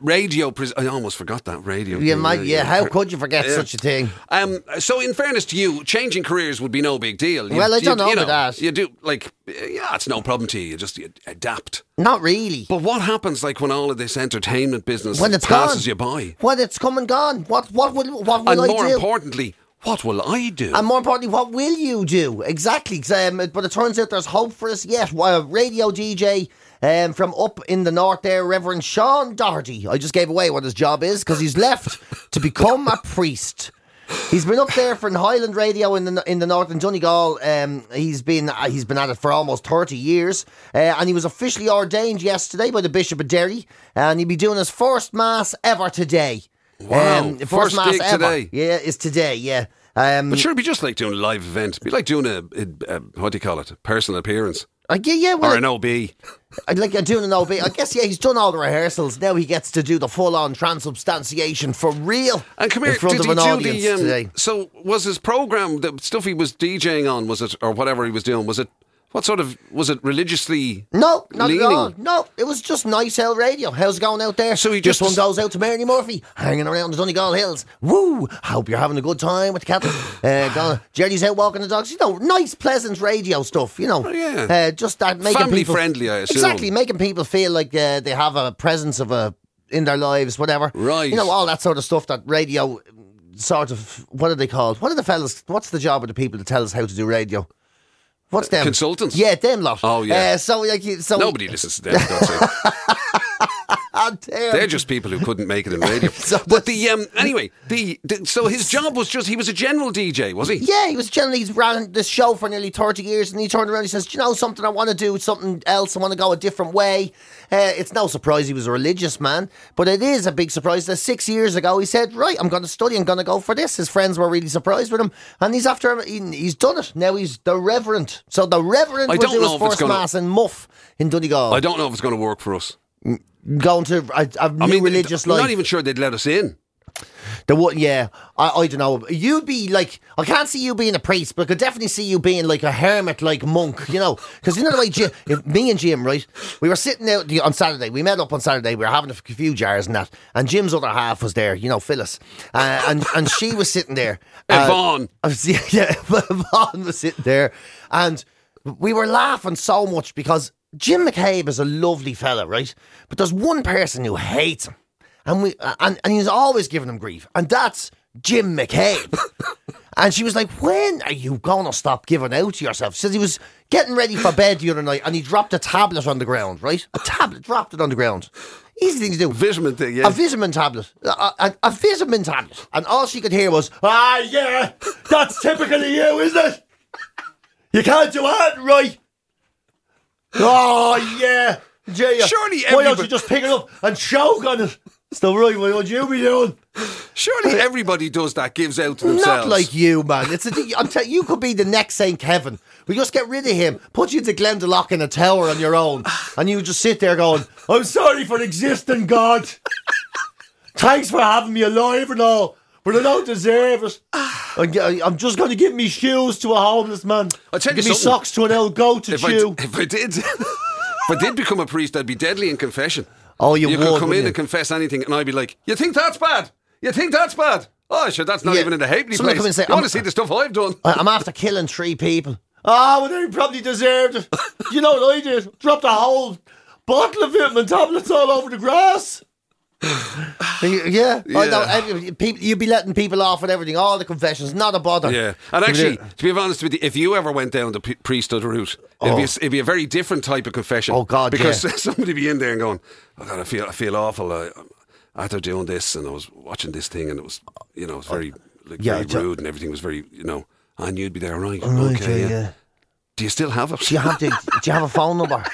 Speaker 4: Radio, pres- I almost forgot that radio.
Speaker 3: You
Speaker 4: thing.
Speaker 3: might, yeah. How
Speaker 4: per-
Speaker 3: could you forget
Speaker 4: Yeah.
Speaker 3: such a thing?
Speaker 4: Um, so, in fairness to you, changing careers would be no big deal. You-
Speaker 3: Well, I
Speaker 4: you-
Speaker 3: don't know
Speaker 4: you
Speaker 3: about that.
Speaker 4: You do like, eh, yeah, it's no problem to you. You just you adapt.
Speaker 3: Not really.
Speaker 4: But what happens like when all of this entertainment business
Speaker 3: When it's
Speaker 4: passes
Speaker 3: gone,
Speaker 4: you by?
Speaker 3: When it's come and gone, what what will what will
Speaker 4: and
Speaker 3: I
Speaker 4: more
Speaker 3: do?
Speaker 4: importantly, what will I do?
Speaker 3: And more importantly, what will you do? Exactly. 'cause, Um, but it turns out there's hope for us yet. Well, radio DJ um, from up in the north there, Reverend Sean Doherty. I just gave away what his job is because he's left to become a priest. He's been up there for an Highland Radio in the in the north in Donegal. Um, he's been uh, he's been at it for almost thirty years, uh, and he was officially ordained yesterday by the Bishop of Derry, and he'll be doing his first mass ever today. Um,
Speaker 4: Wow, first gig today.
Speaker 3: Yeah, is today. Yeah. Um,
Speaker 4: but sure, it'd be just like doing a live event. It'd be like doing a, a, a what do you call it? A personal appearance
Speaker 3: I, yeah, yeah, well,
Speaker 4: or an OB.
Speaker 3: I'd like you're doing an OB. I guess yeah, he's done all the rehearsals. Now he gets to do the full-on transubstantiation for real
Speaker 4: And come here,
Speaker 3: in front
Speaker 4: did
Speaker 3: of
Speaker 4: he
Speaker 3: an
Speaker 4: do
Speaker 3: audience
Speaker 4: the? Um,
Speaker 3: today.
Speaker 4: so was his program the stuff he was DJing on? Was it or whatever he was doing? Was it What sort of was it religiously?
Speaker 3: No, not
Speaker 4: leaning?
Speaker 3: at all. No, it was just nice old radio. How's it going out there?
Speaker 4: So he
Speaker 3: this
Speaker 4: just-
Speaker 3: one goes out to Mary Murphy, hanging around the Donegal Hills. Woo! Hope you're having a good time with the cattle. uh, going, Jerry's out walking the dogs. You know, nice, pleasant radio stuff. You know,
Speaker 4: Oh, yeah.
Speaker 3: uh, just that making
Speaker 4: Family
Speaker 3: people
Speaker 4: friendly, I assume.
Speaker 3: Exactly, making people feel like uh, they have a presence of a in their lives, whatever.
Speaker 4: Right.
Speaker 3: You know, all that sort of stuff that radio. Sort of, what are they called? What are the fellas? What's the job of the people to tell us how to do radio? What's them
Speaker 4: Uh, consultants?
Speaker 3: Yeah, them lot.
Speaker 4: Oh, yeah.
Speaker 3: Uh, so like, you- so
Speaker 4: Nobody listens to them. for God's sake.
Speaker 3: on there.
Speaker 4: They're just people who couldn't make it in radio. but the um, anyway, the, the so his job was just he was a general DJ, was he?
Speaker 3: Yeah, he was generally he's ran this show for nearly thirty years, and he turned around. and He says, "Do you know something? I want to do something else. I want to go a different way." Uh, it's no surprise he was a religious man, but it is a big surprise that six years ago he said, "Right, I'm going to study. I'm going to go for this." His friends were really surprised with him, and he's after him. He, he's done it now. He's the reverend. So the reverend
Speaker 4: I
Speaker 3: will
Speaker 4: don't
Speaker 3: do his
Speaker 4: know if it's
Speaker 3: first
Speaker 4: gonna-
Speaker 3: mass in Muff in Donegal.
Speaker 4: I don't know if it's going to work for us.
Speaker 3: going to a, a new
Speaker 4: I mean,
Speaker 3: religious
Speaker 4: I'm
Speaker 3: life.
Speaker 4: not even sure they'd let us in.
Speaker 3: The what? Yeah, I, I don't know. You'd be like, I can't see you being a priest, but I could definitely see you being like a hermit, like monk. You know, because you know the way Jim, if me and Jim, right? We were sitting out the, on Saturday. We met up on Saturday. We were having a few jars and that. And Jim's other half was there. You know, Phyllis, uh, and and she was sitting there. Uh,
Speaker 4: Yvonne.
Speaker 3: I was, yeah, yeah, Vaughn was sitting there, and we were laughing so much because Jim McCabe is a lovely fella, right? But there's one person who hates him, and we uh, and, and he's always giving him grief, and that's Jim McCabe. and she was like, "When are you gonna stop giving out to yourself?" She says he was getting ready for bed the other night, and he dropped a tablet on the ground, right? A tablet, dropped it on the ground. Easy thing to do.
Speaker 4: Vitamin thing, yeah.
Speaker 3: A vitamin tablet. A, a, a vitamin tablet. And all she could hear was, ah, yeah, that's typically you, isn't it? You can't do that, right? Oh, yeah. yeah.
Speaker 4: Surely
Speaker 3: Why don't
Speaker 4: everybody-
Speaker 3: you just pick it up and choke on it? It's the right way. What you be doing?
Speaker 4: Surely everybody does that, gives out to themselves.
Speaker 3: Not like you, man. It's a, I'm tell you could be the next Saint Kevin. We just get rid of him, put you to Glendalough in a tower on your own, and you just sit there going, "I'm sorry for existing, God. Thanks for having me alive and all, but I don't deserve it. I'm, g- I'm just going to give me shoes to a homeless man.
Speaker 4: I'll tell you
Speaker 3: give me
Speaker 4: something.
Speaker 3: socks to an old goat to
Speaker 4: if, I, d-
Speaker 3: chew.
Speaker 4: if I did, if I did become a priest, I'd be deadly in confession.
Speaker 3: Oh, you
Speaker 4: could
Speaker 3: would,
Speaker 4: come in
Speaker 3: wouldn't you?
Speaker 4: and confess anything, and I'd be like, "You think that's bad? You think that's bad? Oh, sure, that's not
Speaker 3: Yeah.
Speaker 4: even in the halfpenny
Speaker 3: Someone
Speaker 4: place.
Speaker 3: come in and say,
Speaker 4: you want
Speaker 3: "I'm-
Speaker 4: to see the stuff I've done?
Speaker 3: I- I'm after killing three people. Ah, well, they probably deserved it. You know what I did? Dropped a whole bottle of vitamin tablets all over the grass. yeah, I know.
Speaker 4: Yeah.
Speaker 3: every- people- You'd be letting people off with everything, all the confessions, not a bother.
Speaker 4: Yeah, and actually, to be honest with you, if you ever went down the p- priesthood route, it'd, be a, it'd be a very different type of confession.
Speaker 3: Oh, God,
Speaker 4: because
Speaker 3: yeah.
Speaker 4: somebody'd be in there and going, "Oh God, I feel, I feel awful. I, I'm- after doing this, and I was watching this thing, and it was, you know, it was very,
Speaker 3: Oh,
Speaker 4: like,
Speaker 3: Yeah,
Speaker 4: very
Speaker 3: it's a-
Speaker 4: rude, and everything was very, you know." And you'd be there, right?
Speaker 3: Right,
Speaker 4: okay,
Speaker 3: yeah,
Speaker 4: yeah.
Speaker 3: yeah.
Speaker 4: Do you still have it?
Speaker 3: Do you have to, do you have a phone number?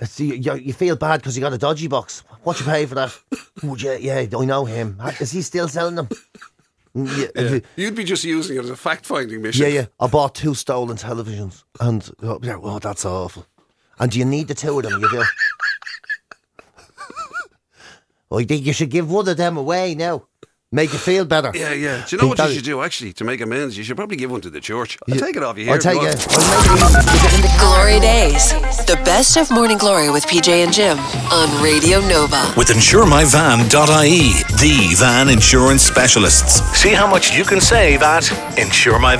Speaker 3: It's, you, you, you feel bad because you got a dodgy box. What you pay for that? Would you? Yeah, I know him. Is he still selling them? Yeah.
Speaker 4: You'd be just using it as a fact finding mission.
Speaker 3: Yeah, yeah. I bought two stolen televisions, and oh, yeah, well, that's awful. And do you need the two of them? You do. I think you should give one of them away now. Make you feel better.
Speaker 4: Yeah, yeah. Do you know
Speaker 3: Think
Speaker 4: what you
Speaker 3: that-
Speaker 4: should do actually to make amends? You should probably give one to the church. I'll take it off you here.
Speaker 3: I'll take
Speaker 4: go on.
Speaker 3: it. I'll make it.
Speaker 1: Glory Days. The best of Morning Glory with PJ and Jim on Radio Nova.
Speaker 2: with insuremyvan.ie, the van insurance specialists. See how much you can save at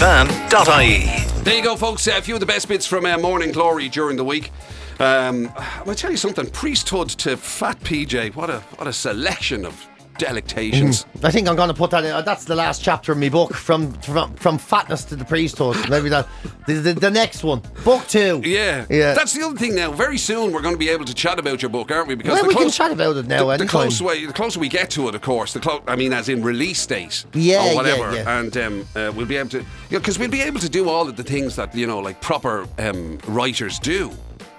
Speaker 2: insuremyvan.ie.
Speaker 4: There you go, folks. A few of the best bits from uh, Morning Glory during the week. Um, I'm gonna tell you something. Priesthood to Fat PJ. What a what a selection of delectations.
Speaker 3: I think I'm going to put that in. uh, That's the last chapter of my book from from, from fatness to the priesthood. Maybe that the, the, the next one, book two.
Speaker 4: Yeah.
Speaker 3: yeah.
Speaker 4: That's the other thing now. Very soon we're going to be able to chat about your book, aren't we? Because
Speaker 3: well,
Speaker 4: the
Speaker 3: we can
Speaker 4: close-
Speaker 3: chat about it now.
Speaker 4: the, the
Speaker 3: anytime.
Speaker 4: closer way, the closer we get to it, of course. The clo- I mean, as in release date,
Speaker 3: Yeah, yeah,
Speaker 4: or whatever.
Speaker 3: yeah.
Speaker 4: And um, uh, we'll be able to, because we'll be able to do all of the things that you know, like proper um, writers do.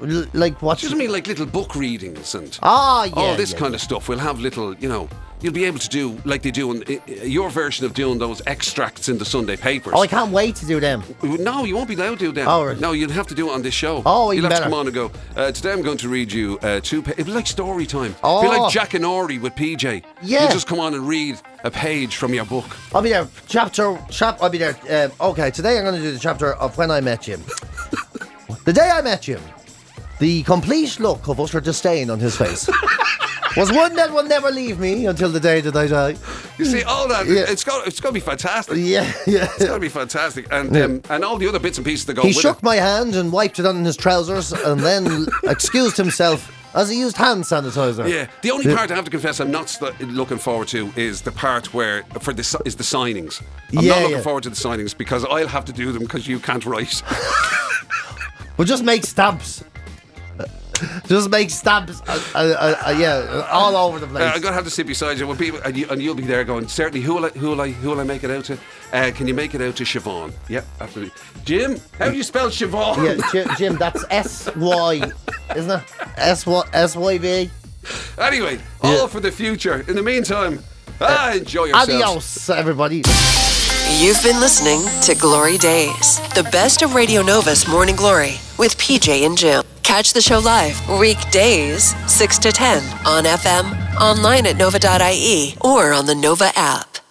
Speaker 3: L- like what?
Speaker 4: Just I mean, like little book readings and
Speaker 3: Ah, yeah,
Speaker 4: all Oh, this
Speaker 3: yeah,
Speaker 4: kind of stuff. We'll have little, you know, you'll be able to do like they do in i- i- your version of doing those extracts in the Sunday papers.
Speaker 3: Oh, I can't wait to do them.
Speaker 4: No, you won't be allowed to do that.
Speaker 3: Oh, right.
Speaker 4: No, you'll have to do it on this show.
Speaker 3: Oh,
Speaker 4: you'll
Speaker 3: even
Speaker 4: have to
Speaker 3: better.
Speaker 4: come on and go. Uh, today, I'm going to read you uh, two. Pa- it'll be like story time.
Speaker 3: Oh.
Speaker 4: It'll be like Jack and Ori with PJ.
Speaker 3: Yeah.
Speaker 4: you just come on and read a page from your book.
Speaker 3: I'll be there. uh, Chapter, chap. I'll be there. Um, okay, today I'm going to do the chapter of when I met Jim. The day I met you, the complete look of utter disdain on his face was one that will never leave me until the day that I die.
Speaker 4: You see, all that
Speaker 3: Yeah.
Speaker 4: it's got it's gonna be fantastic.
Speaker 3: Yeah, yeah.
Speaker 4: It's gonna be fantastic, and um, and all the other bits and pieces that go
Speaker 3: He
Speaker 4: with
Speaker 3: shook
Speaker 4: it.
Speaker 3: my hand and wiped it on his trousers and then excused himself as he used hand sanitizer.
Speaker 4: Yeah, the only part I have to confess I'm not st- looking forward to is the part where for the si- is the signings. I'm
Speaker 3: Yeah,
Speaker 4: not looking
Speaker 3: yeah.
Speaker 4: forward to the signings because I'll have to do them because you can't write.
Speaker 3: But just make stamps. Just make stamps, uh, uh, uh, uh, yeah, all over the place.
Speaker 4: Uh, I'm gonna have to sit beside you when people and, you, and you'll be there going. Certainly, who will I who will I who will I make it out to? Uh, can you make it out to Siobhan? Yep, absolutely. Jim, how do you spell Siobhan?
Speaker 3: Yeah, Jim, Jim that's S Y, isn't it? S Y S Y B.
Speaker 4: Anyway, all for the future. In the meantime, ah, enjoy yourselves.
Speaker 3: Adios, everybody.
Speaker 1: You've been listening to Glory Days, the best of Radio Nova's Morning Glory with PJ and Jim. Catch the show live weekdays 6 to 10 E on FM, online at nova.ie, or on the Nova app.